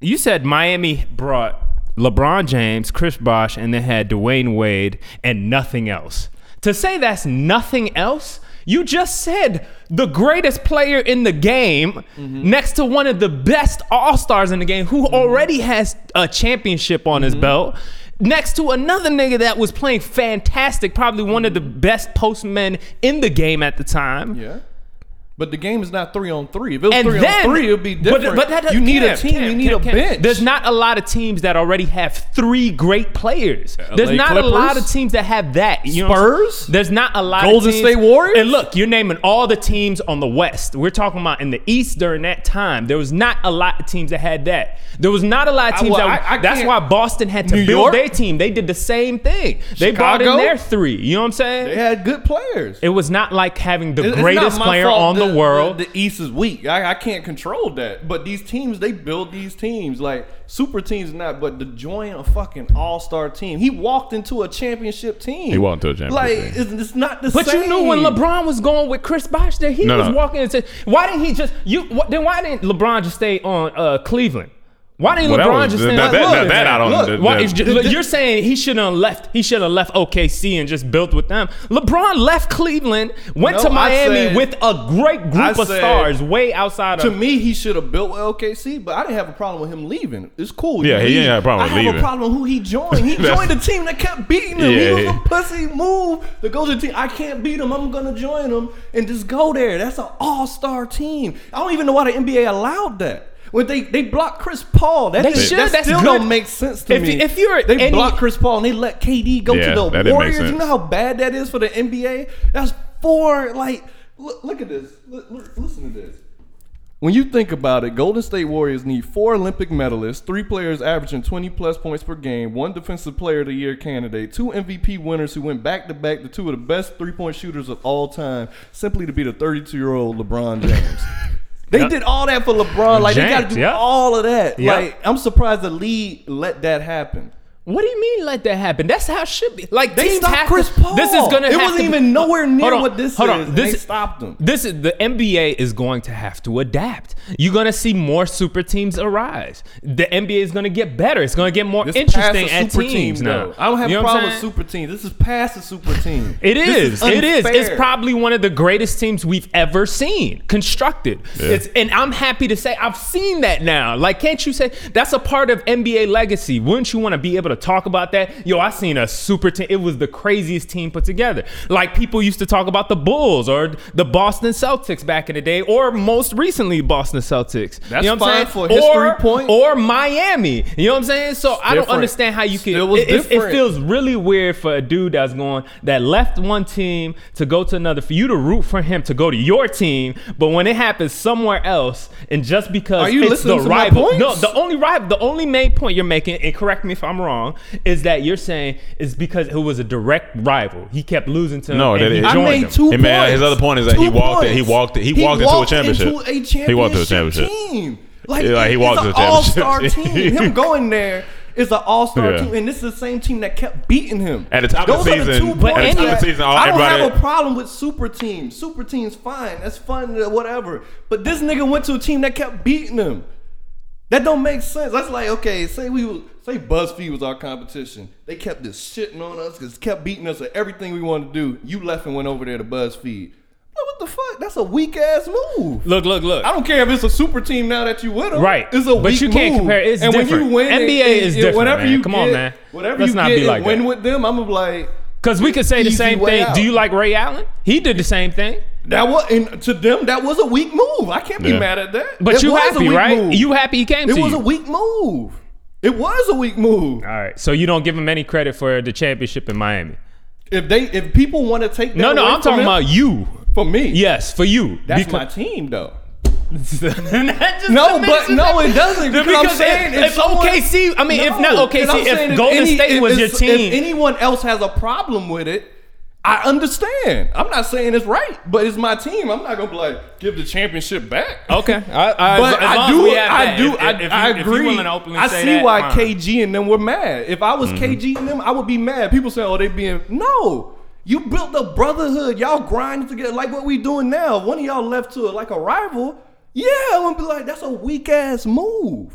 You said Miami brought LeBron James, Chris Bosh, and then had Dwayne Wade and nothing else. To say that's nothing else, you just said the greatest player in the game next to one of the best all stars in the game who already has a championship on his belt. Next to another nigga that was playing fantastic, probably one of the best postmen in the game at the time.
Yeah. But the game is not three on three. If it was
And
three
then
on three, it'd be different.
But, but that,
you need a
Cam,
team.
Cam,
you need
Cam,
a
Cam.
bench.
There's not a lot of teams that already have three great players. There's not
Clippers?
a lot of teams that have that. You know what I'm
Spurs?
saying? There's not a lot.
Golden
of teams.
State Warriors?
And look, you're naming all the teams on the West. We're talking about in the East during that time. There was not a lot of teams that had that. There was not a lot of
I-
teams
well,
that.
I- I
that's
can't-
why Boston had to
New
build
York?
their team. They did the same thing. They brought in
Chicago?
their three. You know what I'm saying?
they had good players.
it was not like having the
It- it's not
greatest
my
player
fault
on the, world.
The, East is weak. I, I can't control that. But these teams, they build these teams like super teams, not. But to join a fucking all star team, he walked into a championship team.
He walked into a championship
Like
team.
It's, it's not the
But
same.
you knew when LeBron was going with Chris Bosh there, he
No,
was
no.
walking into. Why didn't he just you? What, then why didn't LeBron just stay on uh, Cleveland? Why didn't
Well, that
LeBron
was-
just
that-
stay?
that-
on
that-
Cleveland?
that I don't-
Look,
that-
why-
that-
it's ju- look, you're saying he should have left. He should have left OKC and just built with them. LeBron left Cleveland, went
No,
to
I
Miami
said-
with a great group
I
of
said-
stars, way outside
To
of.
me, he should have built with OKC, but I didn't have a problem with him leaving. It's cool.
Yeah,
You
he
leave.
ain't had a problem
I
with
have
leaving.
a problem with who he joined. He
That's-
joined a team that kept beating him.
Yeah,
he was
yeah.
a pussy move to go to the team. I can't beat him. I'm gonna join him and just go there. That's an all star team. I don't even know why the NBA allowed that.
When they they blocked Chris Paul, that,
They
didn't-
should.
that
That's
still
good.
don't make sense to
If
me.
you- if you're
they
any-
blocked Chris Paul and they let KD go to
Yeah, that
the
didn't make
Warriors, you
sense.
know how bad that is for the NBA. That's four. Like, look, look at this. Look, look, listen to this.
When you think about it, Golden State Warriors need four Olympic medalists, three players averaging 20 plus points per game, one defensive player of the year candidate, two MVP winners who went back to back to two of the best three point shooters of all time, simply to be the 32 year old LeBron James.
They did all that for LeBron. Like they got
James,
to do
yeah.
all of that.
Yeah.
Like I'm surprised the league let that happen.
What do you mean let that happen? That's how it should be. Like
They
teams
stopped
have
Chris
to,
Paul.
This is gonna.
It
have
wasn't
to-
even nowhere near
Hold on,
what this
hold
is,
on.
and
This
they stopped them.
This is the NBA is going to have to adapt. You're gonna see more super teams arise. The NBA is gonna get better. It's gonna get more
This
interesting
past a
at
super
teams
team,
now.
though. I don't have
You know
a
what I'm
problem with
saying?
super team. This is past the super team.
It
This
is. It is. It's
unfair.
probably one of the greatest teams we've ever seen constructed. It's, and I'm happy to say I've seen that now. Like, can't you say that's a part of NBA legacy? Wouldn't you want to be able to talk about that? Yo, I seen a super team. It was the craziest team put together. Like people used to talk about the Bulls or the Boston Celtics back in the day, or most recently Boston Celtics.
That's
you know what I'm
fine
saying?
for a history
or,
point.
Or Miami. You know what I'm saying? So I don't
different.
understand how you can.
Still was
it- it- it
different.
feels feels really weird for a dude that's going that left one team to go to another for you to root for him to go to your team, but when it happens somewhere else, and just because
Are you
it's
listening
the
to my
rival,
points?
no, the only rival, the only main point you're making, and correct me if I'm wrong, is that you're saying it's because it was a direct rival. He kept losing to him.
No,
and
that
he
is-
joined
I
made
him.
two
Hey, man, uh, his
points.
other point is that
Two
he walked it. He
points.
walked it. He walked into a championship.
into a
He walked into a championship.
Team. Like,
Yeah, like, he
he
walked
walked
to
it's
a
an all star
championship.
team. Him going there is an all star
Yeah.
team, and this is the same team that kept beating him.
At the top of the
Those are
season-
two
at
the
points
top of the
that-
season, all-
I don't have
everybody-
a problem with super teams. Super teams, fine. That's fun, whatever. But this nigga went to a team that kept beating him. That don't make sense. That's like okay, say we was, say BuzzFeed was our competition. They kept this shitting on us because kept beating us at everything we wanted to do. You left and went over there to BuzzFeed. Like, what the fuck? That's a weak ass move.
Look, look, look.
I don't care if it's a super team now that you with them.
Right.
It's a
But
weak
you can't
move.
compare- it's
and
different.
when you win, it-
NBA
it-
is
it-
different,
Whatever
man.
you
Come
get,
on, man.
Whatever
Let's
you
not
get
be like
and win
that.
with them, I'm gonna be like
Because we could say the
Easy
same
way
thing.
out.
Do you like Ray Allen? He did the same thing.
that. Was and to them that was a weak move. I can't be
Yeah.
mad at that.
But
It
you
was a
happy,
weak
right?
move.
You happy he came
It
to
was
you.
a weak move.
it was a weak move.
All right. So you don't give him any credit for the championship in Miami.
If they if people want to take that
No, no,
away
I'm
from
talking
them-
about you.
for me.
Yes, for you.
that's
Because-
my team though.
That just
No,
diminishes
but no,
it.
it doesn't. Because,
Because
I'm saying
if- if
someone-
OKC I mean, if not
No,
OKC,
'cause I'm
if
saying
Golden State was
if-
your team-
if anyone else has a problem with it, I understand. I'm not saying it's right, but it's my team. I'm not gonna be like give the championship back.
Okay, I, I,
But
as- as long
I
as
do,
we have
I
that,
do,
if-
I,
if you-
I
if you
agree.
willing to openly
I
say
see
that,
why
fine. Mm-hmm.
KG and them were mad. If I was KG and them, I would be mad. People say, "Oh, they being no." You built a brotherhood. Y'all grinding together like what we doing now. If One of y'all left to like a rival. Yeah, I would be like, that's a weak ass move.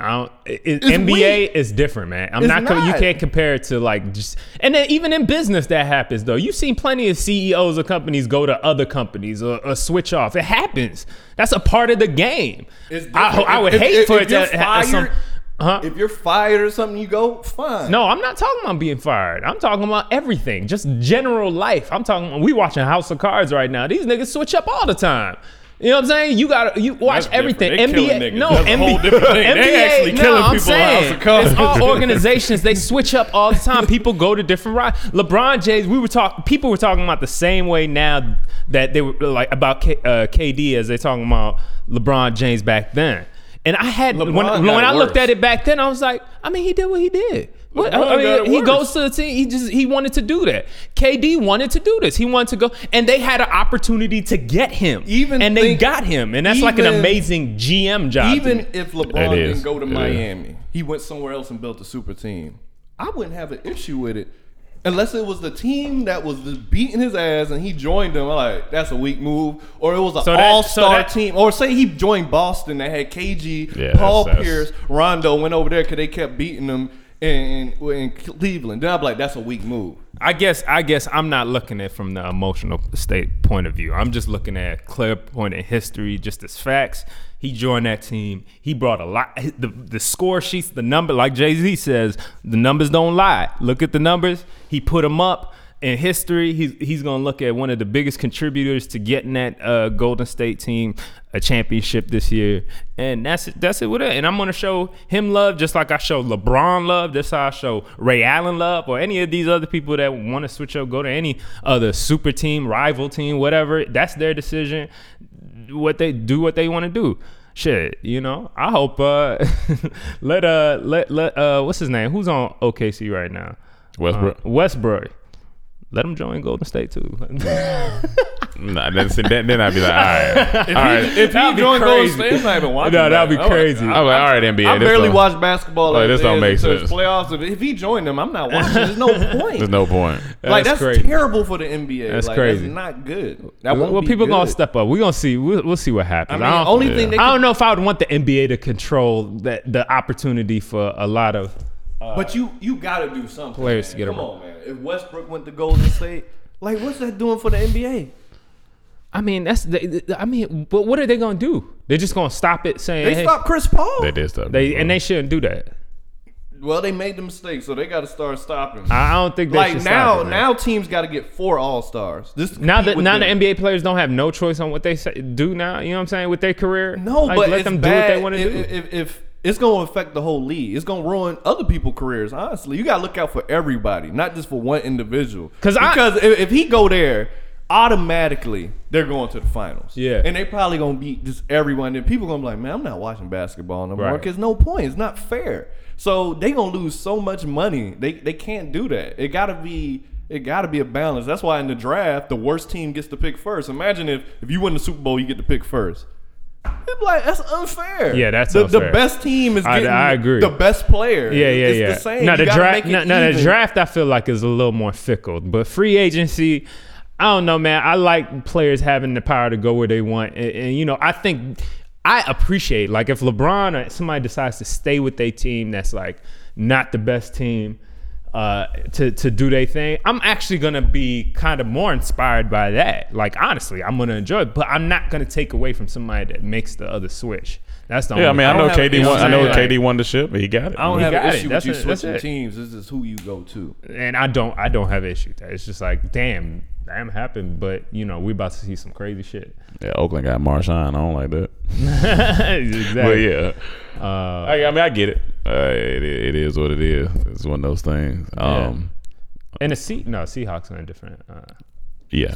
I don't, it, it- NBA is different, man. I'm
It's
not, com- you
not.
can't compare it to like just and then even in business that happens though. You've seen plenty of CEOs of companies go to other companies or, or switch off. It happens. That's a part of the game.
It's
I, ho-
different.
I would
If-
hate
if-
for
if
it
you're
to ha- some.
fired-
Huh?
If you're fired or something, you go fine.
No, I'm not talking about being fired. I'm talking about everything, just general life. I'm talking. we watching House of Cards right now. These niggas switch up all the time. You know what I'm saying? You gotta you watch
different.
everything.
They killing
NBA,
niggas.
no,
That's a
NBA,
whole different thing.
NBA,
They actually
no,
killing
I'm
people in House
saying,
of Cards.
It's all organizations. They switch up all the time. People go to different rides. LeBron James. We were talking. People were talking about the same way now that they were like about K, uh, KD as they talking about LeBron James back then. And I had when, when
LeBron got
I
it
looked
worse.
at it back then, I was like, I mean, he did what he did. What- I- I
LeBron got
mean,
it
he
worse.
goes to the team. He just he wanted to do that. KD wanted to do this. He wanted to go, and they had an opportunity to get him.
Even
and they
think-
got him, and that's like an
even-
amazing GM job. to me.
Even if LeBron
It is.
didn't go to
It
Miami, he went somewhere else and built a super team. I wouldn't have an issue with it unless it was the team that was just beating his ass and he joined them. I'm like, that's a weak move. Or it was an
So that-
all
so
star
that-
team. Or say he joined Boston that had KG,
Yeah,
Paul
that's- that's-
Pierce, Rondo went over there because they kept beating them in, in, in Cleveland. Then I'm like, that's a weak move.
I guess I guess I'm not looking at it from the emotional state point of view. I'm just looking at clear point in history, just as facts. He joined that team. He brought a lot. The, the score sheets, the number, like Jay Z says, the numbers don't lie. Look at the numbers. He put them up. in history, he's he's gonna look at one of the biggest contributors to getting that uh, Golden State team a championship this year, and that's it. That's it with it. And I'm gonna show him love just like I show LeBron love. That's how I show Ray Allen love, or any of these other people that want to switch up, go to any other super team, rival team, whatever. That's their decision. What they do, what they want to do shit, you know. I hope uh let uh let let uh what's his name? Who's on OKC right now? Uh,
Westbrook.
Westbrook. Let him join Golden State too.
Nah, then, see, then, then I'd be like, all right, all right.
If
That'd
he
be
joined Golden
crazy.
State, I'm not even watching.
No,
that.
that'd be
I'm like,
crazy.
I'm like, all right, NBA.
I
this
barely
don't-
watch basketball.
Like,
as
this
it
don't
is
make
until it's
sense.
Playoffs. and If he joined them, I'm not watching. There's no point.
There's no point.
like
That's
that's
crazy.
terrible for the NBA.
That's
like,
crazy.
That's not good. That won't
well,
be
people
good.
gonna step up. We're gonna see. We'll, we'll see what
I
happens.
mean,
I, don't,
only thing
yeah.
they
I
could
don't know if I would want the NBA to control that the opportunity for a lot of.
But you you gotta do something.
Players
man.
to get
Come
them.
on, man. If Westbrook went to Golden State, like what's that doing for the NBA?
I mean, that's. The, the- I mean, but what are they gonna do? They're just gonna stop it saying.
They
hey,
stopped Chris Paul.
They did stuff.
They and they shouldn't do that.
Well, they made the mistake, so they gotta start stopping.
I I don't think they
like
should
now,
stop it, man.
now teams got to get four All Stars. This
Now that now the NBA players don't have no choice on what they say, do now, you know what I'm saying with their career.
No,
Like,
but
let
it's
them do
bad
what they want to
if,
do.
If, if, if- it's going to affect the whole league, it's going to ruin other people's careers. Honestly, you got to look out for everybody, not just for one individual.
'Cause I-
because if, if he go there, automatically they're going to the finals.
Yeah.
and they probably going to beat just everyone. Then people going to be like, man, I'm not watching basketball no more
Right.
because no point. It's not fair. So they going to lose so much money. They they can't do that. It got to be. It got to be a balance. That's why in the draft, the worst team gets to pick first. Imagine if if you win the Super Bowl, you get to pick first. It's like that's unfair.
Yeah, that's
the, the
unfair.
best team is
I-
getting
I agree.
the best player.
yeah, yeah,
it's
yeah.
The same.
Now the
You gotta
draft,
make it
now, now the
even.
draft, I feel like is a little more fickle. But free agency, I don't know, man. I like players having the power to go where they want, and, and, you know, I think I appreciate like if LeBron or somebody decides to stay with their team that's like not the best team. Uh, to to do their thing, I'm actually gonna be kind of more inspired by that. Like honestly, I'm gonna enjoy it, but I'm not gonna take away from somebody that makes the other switch. That's the
Yeah, I
only
mean, I
part.
know
have an
KD. Won,
issue
I know
with that.
KD won the ship. He got it.
I don't
He
have
got
an
it.
issue
That's
with you
it. That's
switching
it.
teams. This is who you go to.
and I don't I don't have an issue with that. It's just like, damn, damn happened, but you know, we about to see some crazy shit.
Yeah, Oakland got Marshawn. I don't like that. But
exactly.
yeah, I, I mean, I get it. Uh, it. It is what it is. It's one of those things. Um,
And the sea no, Seahawks are indifferent. Uh,
yeah.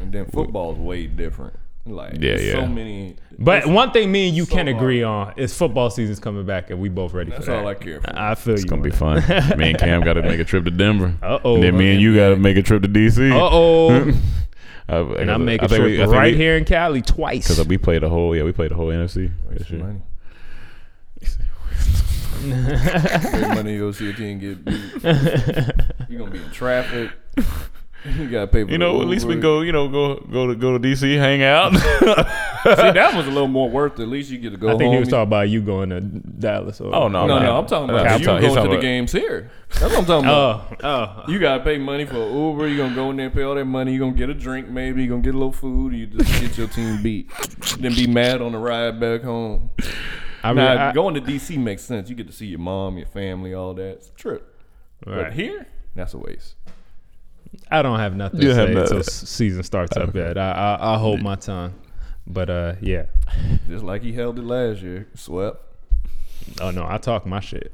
And then football is way different. Like
Yeah,
there's
yeah.
so many.
but one thing me and you
so
can agree on is football season's coming back and we both ready
That's
for that.
all I care for.
I feel
It's
you.
gonna be fun. me and Cam got to make a trip to Denver.
Uh-oh.
And then me and you got to make a trip to DC.
Uh oh.
I,
and I make a
think
trip
we- I think
right
we-
here in Cali twice.
So we played the whole. Yeah, we played the whole NFC. this year.
Money.
Big money, you'll see a team get beat. You're gonna be in traffic. You gotta pay. For
You know,
the
at least we can
Uber.
go. You know, go go to go to DC, hang out.
See, that was a little more worth. it. At least you get to go.
I think
home.
he was talking about you going to Dallas or
oh no,
No, no, I'm talking about you
talking- he's
going
talking
to the
about-
games here. That's what I'm talking about.
Oh, oh.
You gotta pay money for Uber. You gonna go in there, pay all that money. You gonna get a drink, maybe. You gonna get a little food. You just get your team beat, then be mad on the ride back home.
I mean,
Now
I-
going to DC makes sense. You get to see your mom, your family, all that. It's a trip. But
right.
here, that's a waste.
I don't have nothing
You
to
have
say
nothing.
until s- season starts up yet. I, I I hold my tongue, but uh, yeah.
Just like he held it last year, swept,
Oh no, I talk my shit.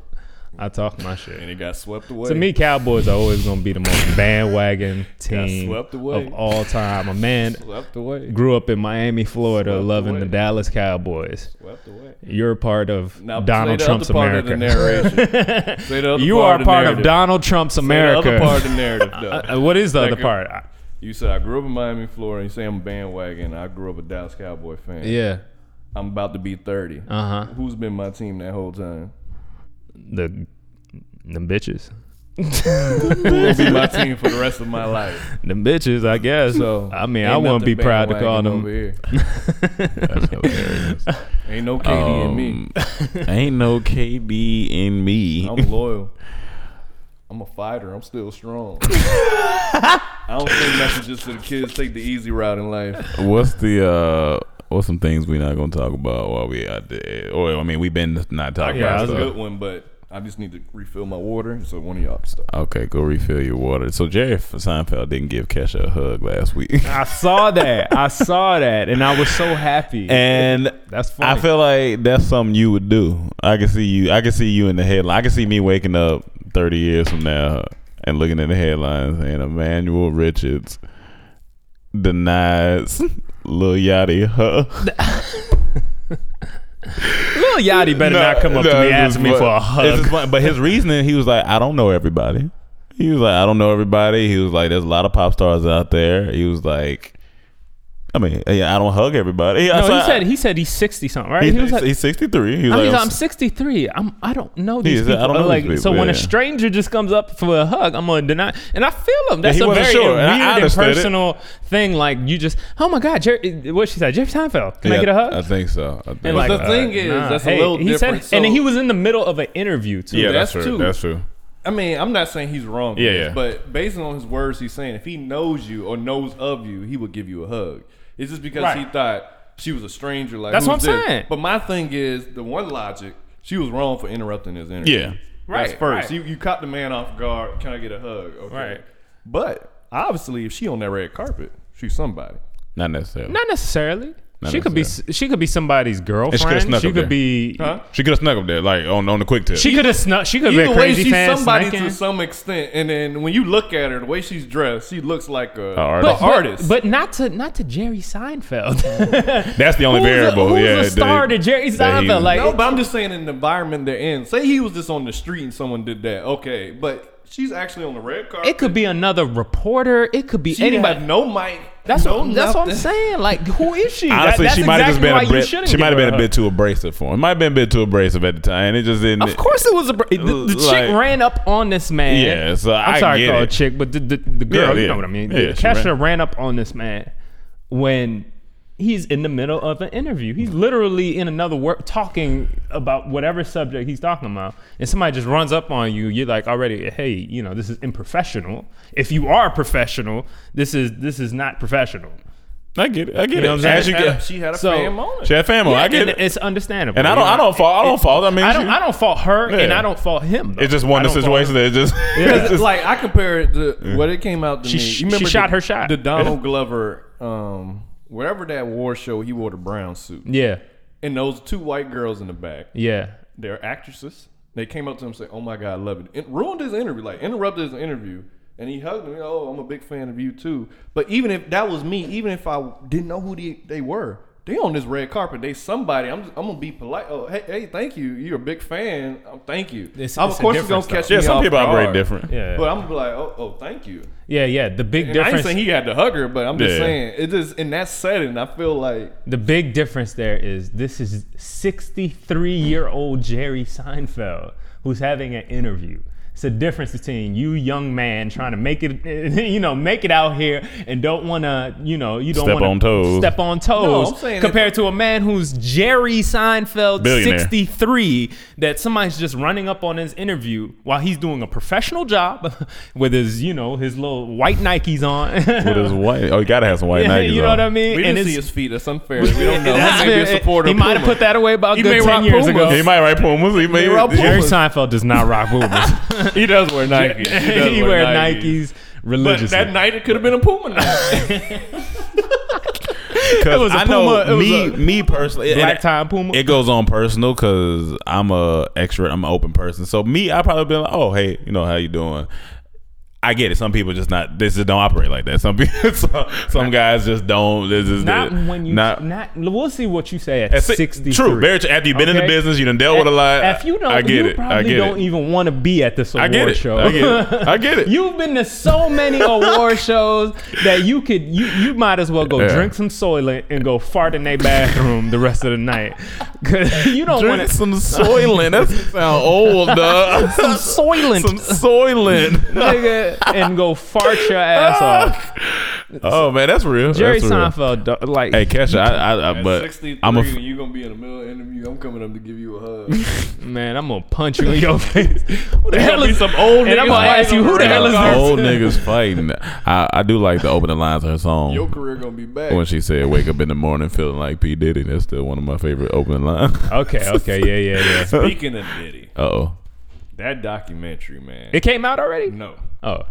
I talk my
and
shit.
it got swept away.
To me, Cowboys are always gonna be the most bandwagon team
swept away.
of all time. A man
swept away,
grew up in Miami, Florida,
Swept
loving the
away.
Dallas Cowboys.
swept away.
You're a part of
Now
Donald
say the
Trump's
other part
America.
Of the narration. Say the other
you
part
are
of the
a part
narrative.
of Donald Trump's America.
Say the other part of the narrative, though.
Uh, what is the other
Second-
part? I-
You said I grew up in Miami, Florida. You say I'm a bandwagon. I grew up a Dallas Cowboy fan.
Yeah.
I'm about to be 30.
Uh huh.
Who's been my team that whole time?
The them bitches.
Who'll be my team for the rest of my life?
Them bitches, I guess.
So
I mean,
ain't
I wouldn't be
nothing
proud to call
bandwagon
them.
over here.
That's hilarious.
Ain't no KD in
Um,
me.
Um, Ain't no KB in me.
I'm loyal. I'm a fighter. I'm still strong. I don't send messages to the kids. Take the easy route in life.
What's the uh what's some things we not gonna talk about while we out there? Or I mean, we've been not talking
Yeah,
Oh, Yeah,
about
that's a
stuff.
good one, but I just need to refill my water, so one of y'all can start.
Okay, go refill your water. So Jerry Seinfeld didn't give Kesha a hug last week.
I saw that. I saw that, and I was so happy.
And
That's funny.
I feel like that's something you would do. I can see you. I can see you in the headline. I can see me waking up thirty years from now and looking at the headlines and Emmanuel Richards denies Lil Yachty her.
Lil Yachty better not come up to me asking me for a hug.
but his reasoning, he was like, I don't know everybody. He was like, I don't know everybody. He was like, there's a lot of pop stars out there. He was like, I mean, yeah, I don't hug everybody. Yeah,
No,
so
he
I-
said he said he's sixty something, right?
He's,
he was like,
he's 63. He was
I
like,
mean,
I'm
I'm 63. I'm I don't know these
Yeah, he said,
people.
"I don't know
like,
these
so
people,"
when a
yeah.
stranger just comes up for a hug, I'm gonna deny, and I feel him. That's
he
a
wasn't
very
sure, and I
weird and
understood it.
personal thing. Like you just, oh my god, Jerry, what she said, Jeff Seinfeld, can I
Yeah,
get a hug?
I think so. I think
and like, uh,
so.
the thing is, that's a little
he
different.
Said, and then
So-
he was in the middle of an interview too.
yeah, that's,
that's
true.
two.
That's true.
I mean, I'm not saying he's wrong.
Yeah,
Chris,
yeah.
But based on his words, he's saying if he knows you or knows of you, he would give you a hug. It's just because he
Right.
thought she was a stranger. Like
That's
who's
what I'm
this?
saying.
But my thing is, the one logic, she was wrong for interrupting his interview.
Yeah.
Right,
That's first.
right.
You you caught the man off guard. Can I get a hug? Okay.
Right.
But obviously, if she on that red carpet, she's somebody.
Not necessarily.
Not necessarily.
Not
she could be she could be somebody's girlfriend.
snuck
She
up
could
there.
be
Huh?
She could have snuck up there, like on on the quick tip.
she could have snuck. She could be a
Either way,
crazy
she's
fan.
somebody
snacking.
to some extent. And then when you look at her, the way she's dressed, she looks like
A
a, a
artist.
but,
artist.
but not to not to Jerry Seinfeld.
That's the only
who's
variable.
A, who's
yeah,
a
that-
star to Jerry
that he-
Seinfeld? Like,
no, but I'm just saying in the environment they're in. Say he was just on the street and someone did that. Okay, but she's actually on the red carpet.
it could be another reporter. It could be
she didn't
anybody.
have no mic.
that's
no
what, that's what I'm
nothing.
saying. Like, who is she? That-
Honestly,
that's
she might have just
exactly
been
why
a
you
bit.
shouldn't
She
give
might have
her
been a
hug.
bit too abrasive for him. Might have been a bit too abrasive at the time. It just didn't.
Of course, it was a. br- The, the
Like-
chick ran up on this man.
Yeah, so
I'm
I
sorry,
get
to call her
it.
chick, but the, the, the girl,
Yeah,
you
yeah.
know what I mean.
Yeah, she
Kesha
ran.
ran. up on this man when he's in the middle of an interview. He's literally in another work talking about whatever subject he's talking about, and somebody just runs up on you. You're like already, hey, you know, this is improfessional. If you are professional, this is this is not professional.
I get it. I get it.
know what I'm
As you
saying?
get,
She had a
So-
fan moment.
she had family. I get
and
it.
It's understandable.
And I
you
don't. I
know?
don't fault. I don't fault. I mean,
I don't.
she-
I don't fault her, and
Yeah.
I don't fault him. though.
It's just one
I
of the
don't fault
situations that it just. it's
Because
just-
like I compare it to what it came out to
She
me.
sh-
You remember
she shot
the-
her shot.
The Donald Glover, um, whatever that war show, he wore the brown suit.
Yeah,
And those two white girls in the back,
yeah.
they're actresses. They came up to him and said, "Oh my God, I love it." And ruined his interview, like interrupted his interview. And he hugged me. Oh, I'm a big fan of you too. But even if that was me, even if I didn't know who they, they were, they on this red carpet. They somebody. I'm, I'm gonna be polite. Oh, hey, hey, thank you. You're a big fan. Um, thank you.
It's-
I'm- of
it's a
course, it's gonna
difference,
catch
yeah,
me
some
off
people operate
guard.
different.
Yeah.
But I'm gonna be like, oh, oh, thank you.
Yeah, yeah. The big
And I ain't
difference.
saying he had to hug her, but I'm just
Yeah.
saying it just in that setting. I feel like
the big difference there is this is 63 year old Jerry Seinfeld who's having an interview. It's a difference between you, young man, trying to make it, you know, make it out here, and don't want to, you know, you don't
Step
wanna
on toes.
Step on
I'm
toes.
saying
compared to a man who's Jerry Seinfeld,
Billionaire.
63, that somebody's just running up on his interview while he's doing a professional job with his, you know, his little white Nikes on.
With his white. Oh, you gotta have some white Nikes.
you know
on.
what I mean?
we
And
didn't
it's-
see his feet. That's unfair. We don't know.
That's
He may be a
fair.
supporter
He
of
might have
Puma.
put that away about
He may
good
rock
ten years
Pumas.
He
ago.
might write Pumas. He may.
rock
Jerry
Pumas.
Seinfeld does not rock Pumas.
He does wear Nikes. He, does
he wear Nikes
But
religiously.
that night it could have been a Puma night.
Because
was a
I know
Puma- it was
me,
a
me personally, and
Black
it-
tie Puma.
It goes on personal because I'm a extrovert. I'm an open person. So me, I probably been like, oh hey, you know how you doing? I get it. Some people just not. This just don't operate like that. Some people, some, some guys just don't. This is
not
the-
when you not, We'll see what you say at,
at si-
63.
True. Very true. After you've been in the
Okay?
business, you done dealt with a lot.
If you don't,
I get
you
it.
probably
I get
don't
it.
even want to be at this award
I get it.
show.
I get it. I get it.
You've been to so many award shows that you could you you might as well go
Yeah.
drink some Soylent and go fart in their bathroom the rest of the night. 'Cause you don't
Drink
want to
some soylent. That sound old, dog.
some Soylent.
Some soylent.
nigga, and go fart your ass off.
Oh man, that's real.
Jerry
that's real.
Seinfeld, do- like,
Hey Kesha, I, I, I
At
but
63,
I'm a
and you gonna be in the middle of the interview. I'm coming up to give you a hug.
man, I'm gonna punch you in your face. Who the hell
be
is
some old
And I'm
nigga
gonna
fighting
ask you
over
who the hell is
Rock
this?
old niggas fighting. I, I do like the opening lines of her song
Your career gonna be back.
when she said "Wake up in the morning feeling like P Diddy." That's still one of my favorite opening lines.
Okay, okay, yeah, yeah, yeah.
Speaking of Diddy,
Uh oh,
That documentary, man.
It came out already.
no,
Oh,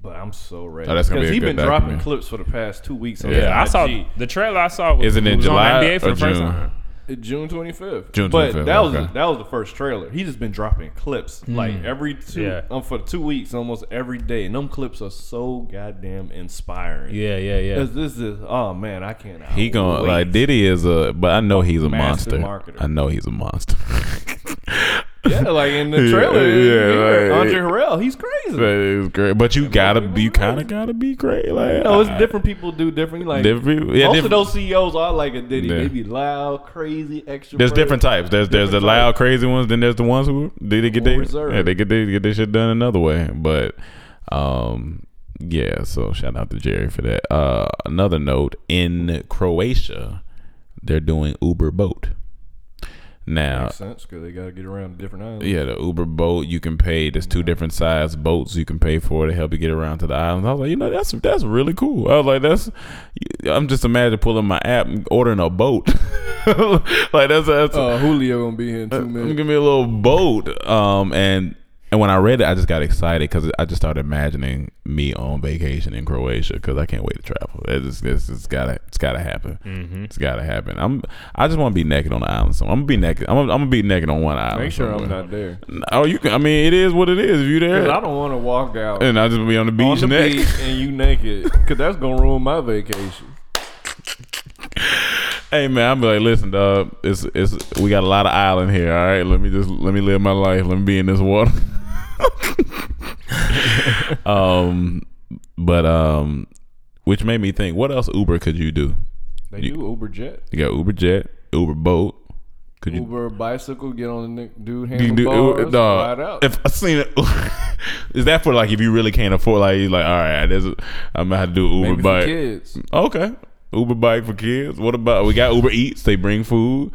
but I'm so ready.
Oh, that's gonna be a
he's
good
been dropping
documentary.
clips for the past two weeks. on
Yeah,
his
I
I saw
IG.
the trailer. I saw was,
Isn't it
was
July
on NBA for
or
the first
June?
time.
Uh, June 25th.
June
But
25th,
that was
okay. Mm.
that was the first trailer. He just been dropping clips like every two
Yeah.
um, for two weeks almost every day, and them clips are so goddamn inspiring.
Yeah, yeah, yeah.
This, this is oh man, I can't.
He going to like Diddy is a, but I know he's a
Master
monster.
marketer.
I know he's a monster.
yeah, like in the
Yeah,
trailer.
yeah,
yeah,
like-
Andre Harrell, he's crazy.
that is great, but you gotta be, you
people
kind of gotta be great. Like,
No, it's
I-
different people do different. Like
Different people- yeah,
most
different-
of those CEOs are like a Diddy.
Yeah.
They be loud, crazy, extra.
There's different types. There's there's the
Different
loud,
types.
crazy ones. Then there's the ones who did they get
More
they
reserved.
yeah, they get they get their shit done another way. But um, yeah. So shout out to Jerry for that. Uh, another note in Croatia, they're doing Uber boat now.
Makes sense because they got to get around different islands.
Yeah, the Uber boat you can pay. There's two different size boats you can pay for to help you get around to the islands. I was like, you know, that's that's really cool. I was like, that's. I'm just imagining pulling my app, and ordering a boat. like that's that's
Uh, Julio gonna be here in two minutes.
I'm gonna be a little boat. Um, and and when I read it, I just got excited because I just started imagining me on vacation in Croatia because I can't wait to travel. It's just, it's, it's gotta it's gotta happen.
Mm-hmm.
It's gotta happen. I'm I just want to be naked on the island. So I'm gonna be naked. I'm, gonna- I'm gonna be naked on one island.
Make sure I'm
somewhere.
not there.
Oh, you can. I mean, it is what it is. If you
Cause
there,
I don't want to walk out
and I just be on the beach
on the
naked.
beach and you naked, cause that's gonna ruin my vacation.
Hey man, I'm like, listen, dog. It's it's we got a lot of island here. All right, let me just let me live my life. Let me be in this water. um, but um, which made me think, what else Uber could you do?
They
You-
do Uber jet,
You got Uber Jet, Uber Boat. Could you?
Uber bicycle, get on the neck- dude
You can do
handlebars,
Uber-
ride
dog,
out.
If I seen it, is that for like if you really can't afford? Like you like, all right, there's a, I'm gonna have to do Uber
Maybe for
Bike.
kids.
Okay. Uber bike for kids. What about we got Uber Eats? They bring food.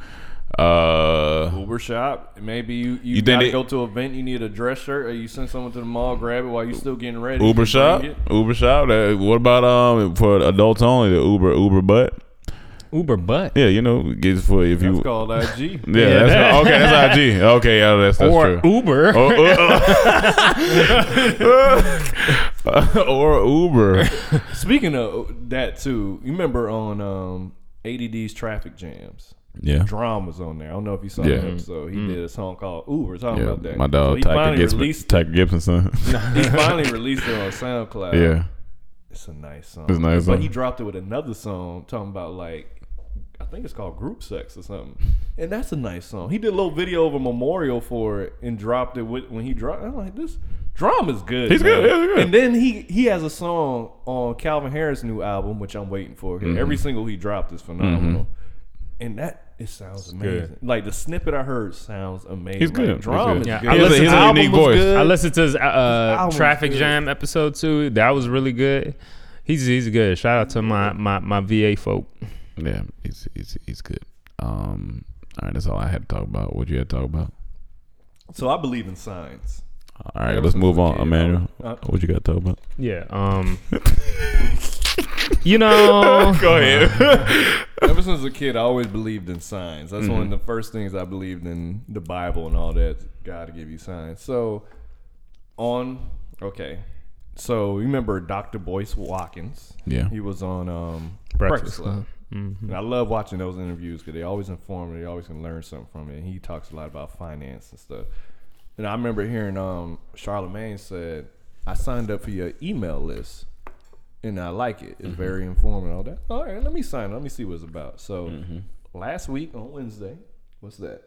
Uh,
Uber shop. Maybe you you,
You think
gotta
they-
go to an event. You need a dress shirt, or you send someone to the mall, grab it while you're still getting ready. You
Uber
bring
shop.
it.
Uber shop. That- What about um for adults only? The Uber Uber butt.
Uber butt.
Yeah, you know, gets for if you.
It's called uh, IG.
yeah, that's okay. That's IG. Okay, yeah, that's that's
Or
true.
Uber.
Oh, oh, oh. or Uber.
Speaking of that too, you remember on um, ADD's traffic jams.
Yeah.
Drum was on there. I don't know if you saw
Yeah. Mm-hmm.
that episode. He did a song called Uber. Talking
Yeah,
about that.
my
So
dog
he
Tiger
finally
Gibson.
released.
Tiger Gibson son.
he finally released it on SoundCloud.
yeah,
it's a nice song.
It's a nice
But
song.
he dropped it with another song talking about like, I think it's called Group Sex or something. And that's a nice song. He did a little video of a memorial for it and dropped it with, when he dropped. I'm like, this drum is good.
He's good, yeah, he's good.
And then he he has a song on Calvin Harris' new album, which I'm waiting for.
Mm-hmm.
'cause Every single he dropped is phenomenal. And that it sounds amazing. Like the snippet I heard sounds amazing.
He's good.
Like, drum
He's
is
Yeah,
good.
good.
I
He has a-
listened-
he has a
album
unique
was
voice.
good.
I listened to his uh, uh,
album's
Traffic
good.
Jam episode too. That was really good. He's he's good. Shout out to my my, my VA folk.
Yeah, he's he's he's good. Um, all right, that's all I had to talk about. What you had to talk about?
So I believe in signs.
All right, let's move on, Emmanuel.
Uh,
what you got to talk about?
Yeah. Um. you know.
Go ahead.
Ever since a kid, I always believed in signs. That's one of the first things I believed in the Bible and all that. God to give you signs. So, on okay, so you remember Dr. Boyce Watkins?
Yeah.
he was on um,
Breakfast
Breakfast Club. And I love watching those interviews because they always inform me. They always can learn something from it. And he talks a lot about finance and stuff. And I remember hearing um, Charlemagne said, "I signed up for your email list." and I like it. It's very informative. and All that. All right, let me sign. it. Let me see what it's about. So, last week on Wednesday, what's that?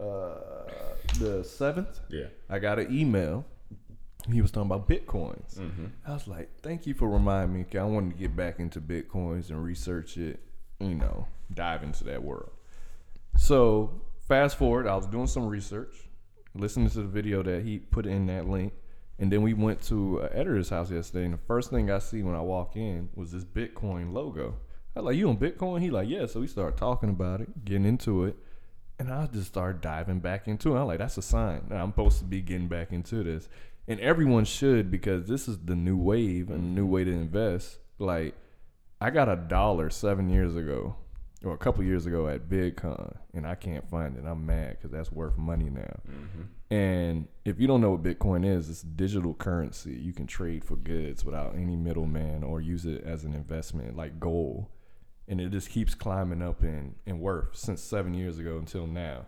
Uh, the seventh.
Yeah.
I got an email. He was talking about bitcoins. I was like, "Thank you for reminding me. 'cause I wanted to get back into bitcoins and research it. You know, dive into that world." So fast forward, I was doing some research, listening to the video that he put in that link, and then we went to an editor's house yesterday. And the first thing I see when I walk in was this Bitcoin logo. I was like, "You on Bitcoin?" He like, "Yeah." So we started talking about it, getting into it, and I just started diving back into it. I'm like, "That's a sign. that I'm supposed to be getting back into this." And everyone should because this is the new wave and new way to invest. Like, I got a dollar seven years ago or a couple years ago at VidCon, and I can't find it. I'm mad because that's worth money now. And if you don't know what Bitcoin is, it's digital currency. You can trade for goods without any middleman or use it as an investment like gold. And it just keeps climbing up in, in worth since seven years ago until now.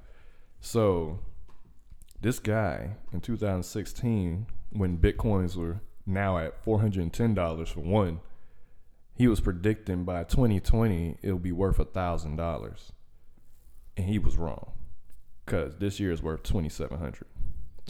So this guy in 2016, when Bitcoins were now at $410 for one, he was predicting by 2020 it'll be worth a thousand dollars and he was wrong because this year is worth 2700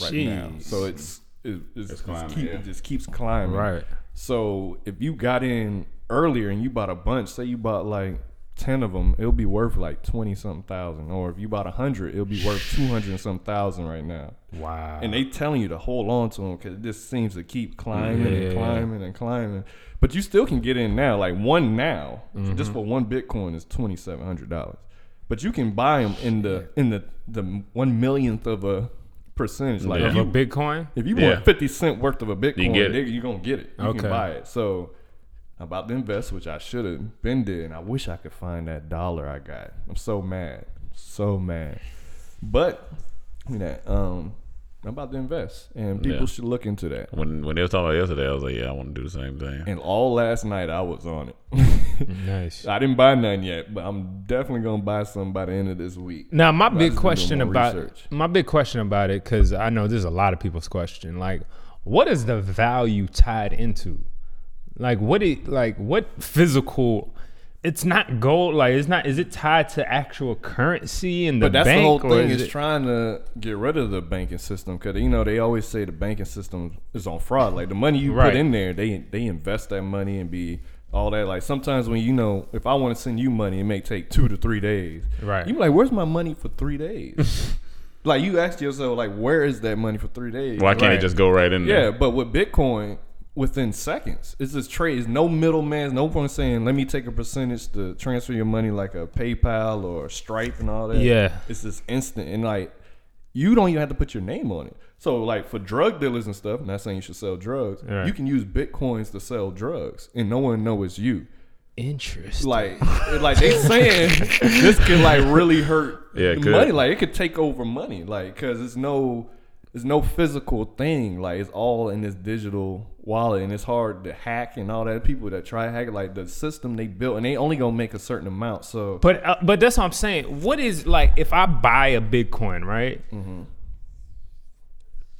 right now so it's it, it's, it's
climbing,
keep,
yeah.
it just keeps climbing
Right.
so if you got in earlier and you bought a bunch say you bought like 10 of them it'll be worth like 20 something thousand or if you bought 100 it'll be worth 200 and some thousand right now
Wow.
and they telling you to hold on to them because it just seems to keep climbing
Yeah.
and climbing and climbing. But you still can get in now. Like one now,
Mm-hmm.
just for one Bitcoin is twenty seven hundred dollars. But you can buy them in the in the the one millionth of a percentage. Like if
Of a
you,
Bitcoin?
if you
Yeah.
want fifty cent worth of a Bitcoin,
get it.
nigga, you gonna get it. You
Okay.
can buy it. So. I'm about to invest, which I should have been did, and I wish I could find that dollar I got. I'm so mad, so mad. But you know, um, I'm about to invest, and people
Yeah.
should look into that.
When when they was talking about it yesterday, I was like, yeah, I want to do the same thing.
And all last night I was on it.
nice.
I didn't buy none yet, but I'm definitely gonna buy some by the end of this week.
Now, my
just
big
been doing
question
more
about
research.
my big question about it, because I know this is a lot of people's question. Like, what is the value tied into? Like, what it like what physical? It's not gold. Like, it's not. Is it tied to actual currency and the
But that's
bank?
the whole
or
thing is
is it-
trying to get rid of the banking system because you know they always say the banking system is on fraud. Like the money you
Right.
put in there, they they invest that money and be all that. Like sometimes when you know if I want to send you money, it may take two to three days.
Right.
You be like, where's my money for three days? like you ask yourself, like where is that money for three days?
Why can't
Right.
it just go right in there?
Yeah, but with Bitcoin, within seconds, it's this trade. It's no middleman. No one saying, "Let me take a percentage to transfer your money like a PayPal or Stripe and all that."
Yeah.
it's this instant, and like you don't even have to put your name on it. So, like for drug dealers and stuff, not saying you should sell drugs.
Right.
You can use bitcoins to sell drugs, and no one knows it's you.
interest.
Like, it- like they saying this could like really hurt
Yeah, it
the
could.
money. Like it could take over money. Like because it's no, it's no physical thing. Like it's all in this digital wallet, and it's hard to hack and all that. People that try to hack it, like the system they built, and they only gonna make a certain amount. So
But uh, but that's what I'm saying. What is like if I buy a Bitcoin, right?
Mm-hmm.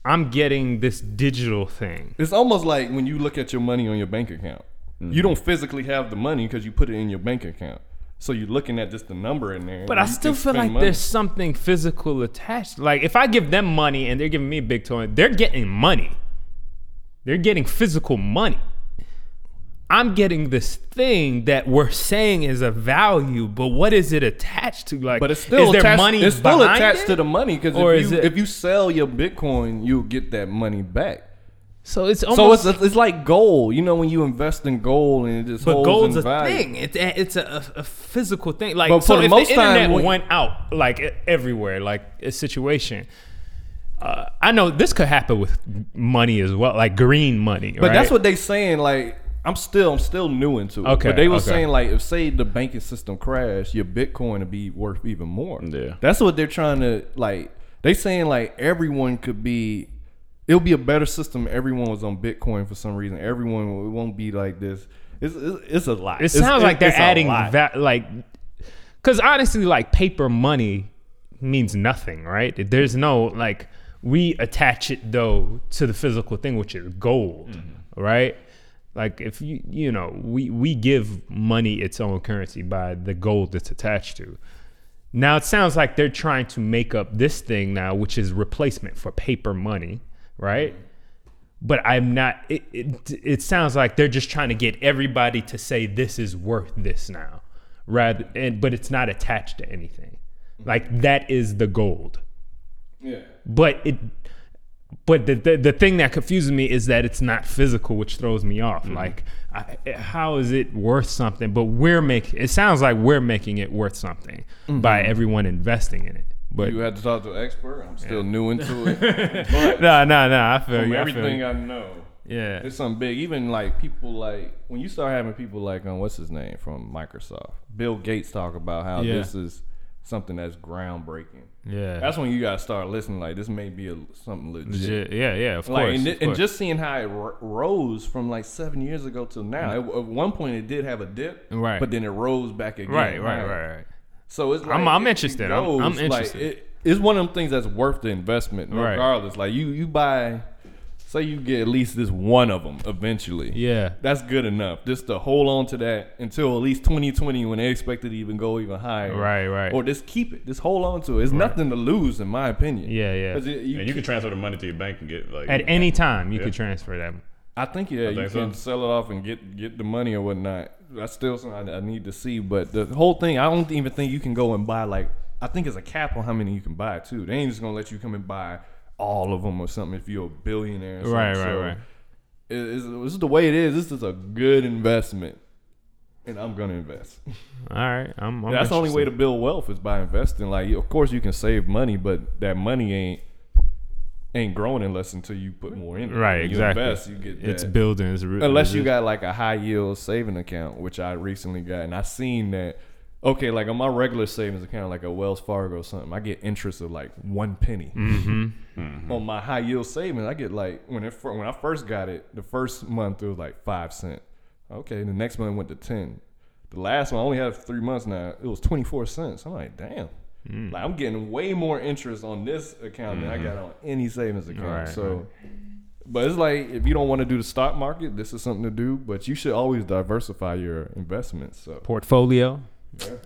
I'm getting this digital thing.
it's almost like when you look at your money on your bank account,
Mm-hmm.
you don't physically have the money because you put it in your bank account. So you're looking at just the number in there.
But
and
I
you
still
can
feel
spend
like
money.
there's something physical attached. Like if I give them money and they're giving me Bitcoin, they're getting money. They're getting physical money. I'm getting this thing that we're saying is a value, but what is it attached to? Like,
But it's still
is there
attached,
money
It's still
behind
attached
it?
to the money because
Or
if,
is
you-
it-
if you sell your Bitcoin, you'll get that money back.
So it's almost
So it's it's like gold. You know when you invest in gold and it just
But
holds
gold's
in
a
value.
thing. It's a, it's a, a physical thing. Like
But
so,
for the
if
most
the
time,
internet
when-
went out like e- everywhere, like a situation. Uh, I know this could happen with money as well, like green money.
But that's what they saying. Like I'm still I'm still new into it.
Okay,
But they were
okay.
saying like if say the banking system crashed, your Bitcoin would be worth even more.
Yeah.
That's what they're trying to like. They saying like everyone could be. It'll be a better system. if Everyone was on Bitcoin for some reason. Everyone it won't be like this. It's it's, it's a lot.
it
It's-
sounds like they're
it's a
adding
lot.
that, like, because honestly, like paper money means nothing, right? There's no like we attach it though to the physical thing, which is gold,
Mm-hmm.
right? Like if you you know we we give money its own currency by the gold it's attached to. Now it sounds like they're trying to make up this thing now, which is replacement for paper money, right? But I'm not. It, it it sounds like they're just trying to get everybody to say this is worth this now, rather. And but it's not attached to anything. Like that is the gold.
Yeah.
But it. But the, the the thing that confuses me is that it's not physical, which throws me off.
Mm-hmm.
Like, I, how is it worth something? But we're making. It sounds like we're making it worth something by everyone investing in it. But
Mm-hmm. You had to talk to an expert. I'm still new into it. But
no, no, no. I feel
from
you. I feel
everything
you.
I know,
Yeah.
It's something big. Even like people like when you start having people like um, what's his name from Microsoft, Bill Gates talk about how
Yeah.
this is something that's groundbreaking.
Yeah.
That's when you gotta start listening. Like this may be a, something legit.
legit. Yeah, yeah, of
Like
course.
and,
of
thi- and
course.
just seeing how it r- rose from like seven years ago till now. It- at one point, it did have a dip,
Mm. Right.
But then it rose back again.
right, right, right, right.
So it's like
I'm- I'm
it- it
interested. I'm- I'm interested.
Like, it, it's one of them things that's worth the investment,
Right.
regardless. Like you, you buy. Say you get at least this one of them eventually.
Yeah.
That's good enough. Just to hold on to that until at least 2020 when they expect it to even go even higher.
Right, right.
Or just keep it. Just hold on to it. It's nothing to lose, in my opinion.
Yeah, yeah.
'Cause it- you
And you can transfer the money to your bank and get like
At any time, you
Yeah.
could transfer that.
I think yeah, you
think
can
so.
sell it off and get get the money or whatnot. That's still something I, I need to see. But the whole thing, I don't even think you can go and buy like I think it's a cap on how many you can buy too. They ain't just gonna let you come and buy all of them or something if you're a billionaire. Or something.
Right, right,
So,
right.
it- it's- this is the way it is. This is a good investment, and I'm gonna invest.
All right, I'm. I'm
That's the only way to build wealth is by investing. Like, of course, you can save money, but that money ain't ain't growing unless until you put more in. it.
Right,
When you
exactly.
Invest, you get
It's
that.
building. It's re-
Unless you got like a high yield saving account, which I recently got, and I seen that. Okay, like on my regular savings account, like a Wells Fargo or something, I get interest of like one penny.
Mm-hmm.
On my high yield savings, I get like when it fir- when I first got it, the first month it was like five cent. Okay, the next month it went to ten. The last one I only have three months now. It was twenty four cents. I'm like, damn.
Mm.
Like I'm getting way more interest on this account than I got on any savings account.
Mm-hmm. Right,
so. But it's like if you don't want to do the stock market, this is something to do. But you should always diversify your investments. So
portfolio.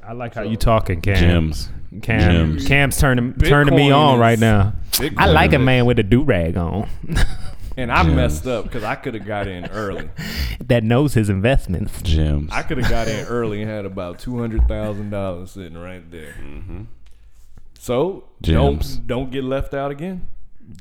I like how you talking, Cam.
gems.
Cam.
Gems.
Cam's turning turning me
Bitcoin
on right
is-
now. I
Bitcoin
like a
is-
man with a do rag on
and I messed up because I could have got in early.
that knows his investments.
Gems.
I could have got in early and had about two hundred thousand dollars sitting right there.
Mm-hmm.
So
Gems.
don't don't get left out again.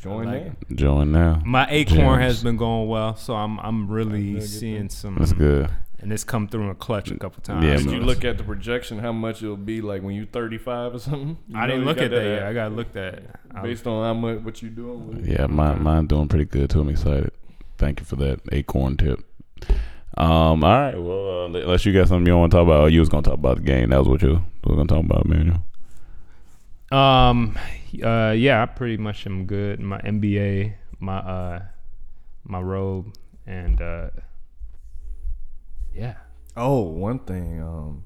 Join that.
Join now.
My acorn
Gems.
has been going well, so I'm I'm really seeing
That's
some,
good.
and it's come through in a clutch a couple
Yeah,
times.
man.
Did you look at the projection? How much it'll be like when you thirty five or something? You
I
know
didn't
you
look
got
at that yet.
app
I got looked at. I-
Based on how much what you doing with it.
Yeah, mine mine doing pretty good too. I'm excited. Thank you for that acorn tip. Um, all right. Well, uh, le- unless you got something you want to talk about, or you was gonna talk about the game. That was what you was gonna talk about, man.
Um, uh, yeah, I pretty much am good. My MBA, my uh, my robe, and uh, yeah,
Oh, one thing. Um,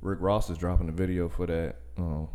Rick Ross is dropping a video for that. Um,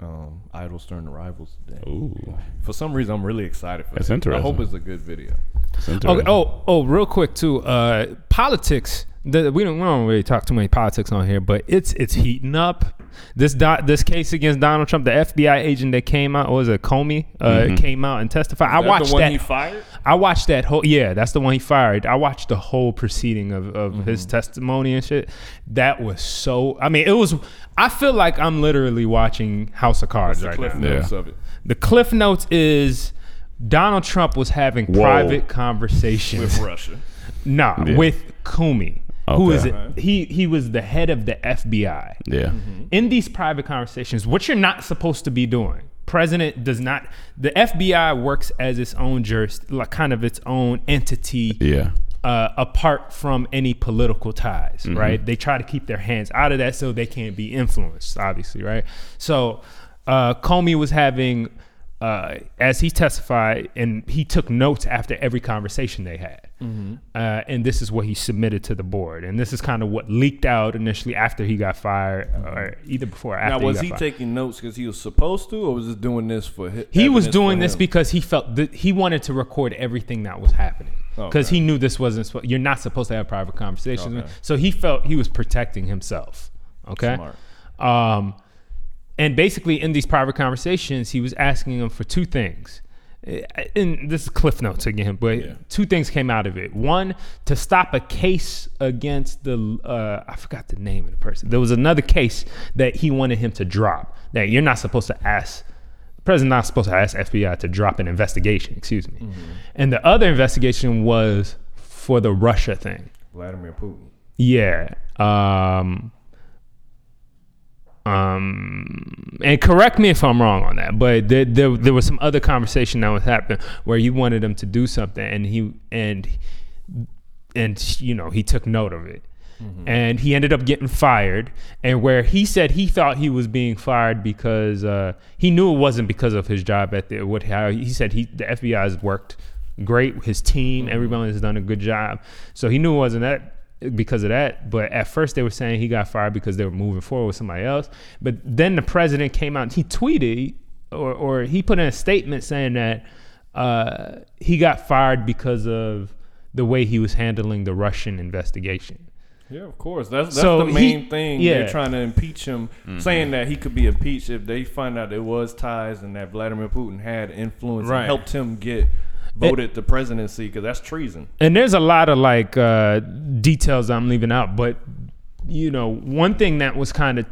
um, Idols turn to rivals today.
Oh.
Ooh,
For some reason, I'm really excited for
That's
that. I
interesting.
hope it's a good video.
that's
Okay,
interesting.
oh, oh, real quick too. Uh, politics. The, we don't we don't really talk too many politics on here, but it's it's heating up. This do, this case against Donald Trump, the FBI agent that came out, or was it Comey? Uh, came out and testified. I watched
Mm-hmm. the one
that.
he fired.
I watched that whole yeah, that's the one he fired. I watched the whole proceeding of, of his testimony and shit. That was so I mean, it was I feel like I'm literally watching House of Cards right
Cliff
now.
notes
Yeah.
of it.
The cliff notes is Donald Trump was having private conversations
With Russia.
Nah,
Yeah.
with Comey, who is
Okay.
he? He was the head of the FBI.
Yeah,
Mm-hmm. In these private conversations, what you're not supposed to be doing. President does not. The FBI works as its own juris, like kind of its own entity
yeah.
uh, apart from any political ties,
Mm-hmm.
right? They try to keep their hands out of that so they can't be influenced, obviously, right? So uh, Comey was having, uh, as he testified, and he took notes after every conversation they had.
Mm-hmm.
Uh, and this is what he submitted to the board. And this is kind of what leaked out initially after he got fired, or either before or after.
Now, was
got
he
fired.
taking notes because he was supposed to, or was just doing this for him?
He was doing this because he felt that he wanted to record everything that was happening
Oh,
because he knew this wasn't. spo- You're not supposed to have private conversations, so he felt he was protecting himself. Okay, um, and basically in these private conversations, he was asking him for two things. I- And this is Cliff Notes again, but two things came out of it. One, to stop a case against the, uh, I forgot the name of the person. There was another case that he wanted him to drop. That you're not supposed to ask the president not supposed to ask FBI to drop an investigation, excuse me. And the other investigation was for the Russia thing.
Vladimir Putin.
Yeah. Um um, and correct me if I'm wrong on that, but there, there there was some other conversation that was happening where you wanted him to do something, and he and and you know he took note of it, and he ended up getting fired, and where he said he thought he was being fired because uh, he knew it wasn't because of his job at the what how he said he the FBI has worked great, his team, everyone has done a good job, so he knew it wasn't that because of that. But at first they were saying he got fired because they were moving forward with somebody else. But then the president came out and he tweeted or, or he put in a statement saying that uh, he got fired because of the way he was handling the Russian investigation.
Yeah, of course. That's that's
So
the main
he-
thing.
yeah.
They're trying to impeach him, saying that he could be impeached if they find out there was ties and that Vladimir Putin had influence
Right.
and helped him get voted the presidency because that's treason.
and there's a lot of like uh, details I'm leaving out, but you know, one thing that was kind of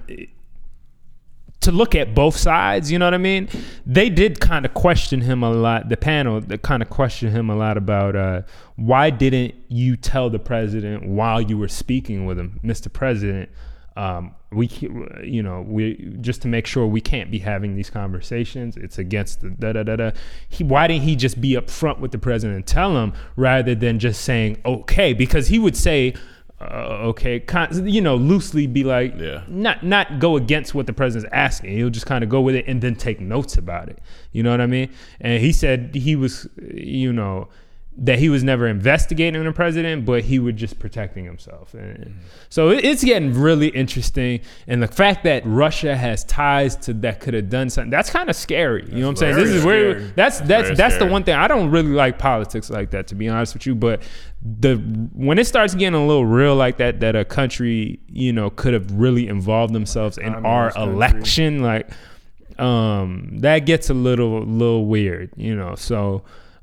to look at both sides, you know what I mean? They did kind of question him a lot. The panel that kind of questioned him a lot about uh, why didn't you tell the president while you were speaking with him, Mr. President? Um, we, ca- you know, we just to make sure we can't be having these conversations. It's against the da da da da. He, why didn't he just be upfront with the president and tell him rather than just saying okay? Because he would say uh, okay, con- you know, loosely be like,
Yeah.
not not go against what the president's asking. He'll just kind of go with it and then take notes about it. You know what I mean? And he said he was, you know, that he was never investigating the president, but he was just protecting himself. And so it, it's getting really interesting. And the fact that Russia has ties to that could have done something that's kind of scary. you know what I'm saying? This
very
is where
scary.
that's that's
very
that's the
scary.
one thing I don't really like politics like that to be honest with you. But the when it starts getting a little real like that, that a country you know could have really involved themselves in our election, like um, that gets a little little weird, you know. So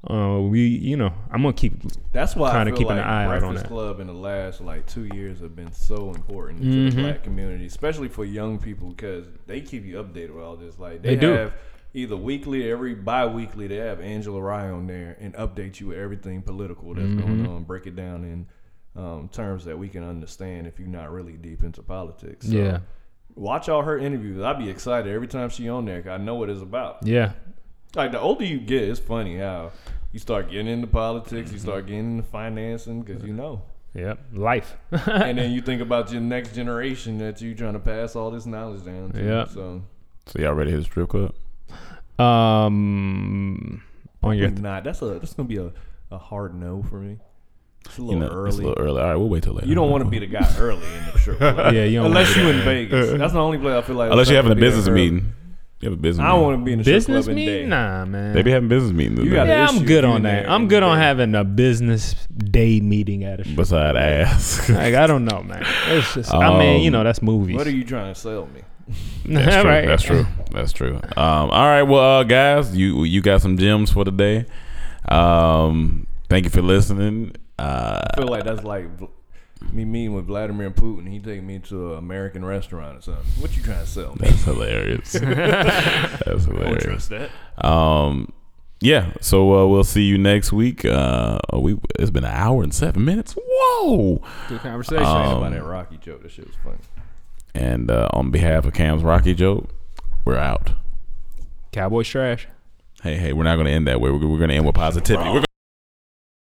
uh, we you know I'm gonna keep
That's why
Kinda
I feel
keeping
like
an eye out on
Breakfast
that.
Club in the last like two years have been so important to
Mm-hmm.
the black community, especially for young people because they keep you updated with all this. Like they,
They do.
have either weekly or every bi-weekly they have Angela Rye on there and update you with everything political that's
Mm-hmm.
going on, break it down in um, terms that we can understand if you're not really deep into politics. So
Yeah.
Watch all her interviews. I'd be excited every time she on there. 'cause I know what it's about
yeah
like the older you get, it's funny how you start getting into politics, you start getting into financing because you know,
yeah life.
and then you think about your next generation that you trying to pass all this knowledge down to.
Yeah.
so
So y'all ready to hit the strip club?
um, on your
not that's a that's gonna be a, a hard no for me. It's a
You
little
know,
early.
it's a little early. All right, we'll wait till later.
you don't want to be the guy early in the show,
yeah you don't
unless
wanna
you
do
in Vegas. That's the only place I feel like.
unless
it's
you're
not
having a
gonna be
business
that early.
meeting. You have a business.
I don't
meeting.
want to be in the
that.
strip
business
club in day.
meeting nah man
They be having business meetings.
You
in
got
there.
yeah, I'm
issue
good
in
on
there
that. I'm
in
good on
there.
having a business day meeting at a show.
beside ass.
Like I don't know, man. It's just I mean,
Um,
you know, that's movies.
What are you trying to sell me?
That's
All
true.
right.
That's true. That's true. Um, all right. Well, uh, guys, you you got some gems for today. Um, thank you for listening. Uh,
I feel like that's like Vl- me meeting with Vladimir Putin. He take me to an American restaurant or something. What you trying to sell me?
that's hilarious. that's hilarious.
that.
Um, yeah. So uh, we'll see you next week. Uh, we it's been an hour and seven minutes. Whoa.
Good conversation.
about that Rocky joke. That shit was funny.
And uh, on behalf of Cam's Rocky Joe, we're out.
Cowboys trash.
Hey, hey, we're not going to end that way. We're, we're going to end with positivity. We're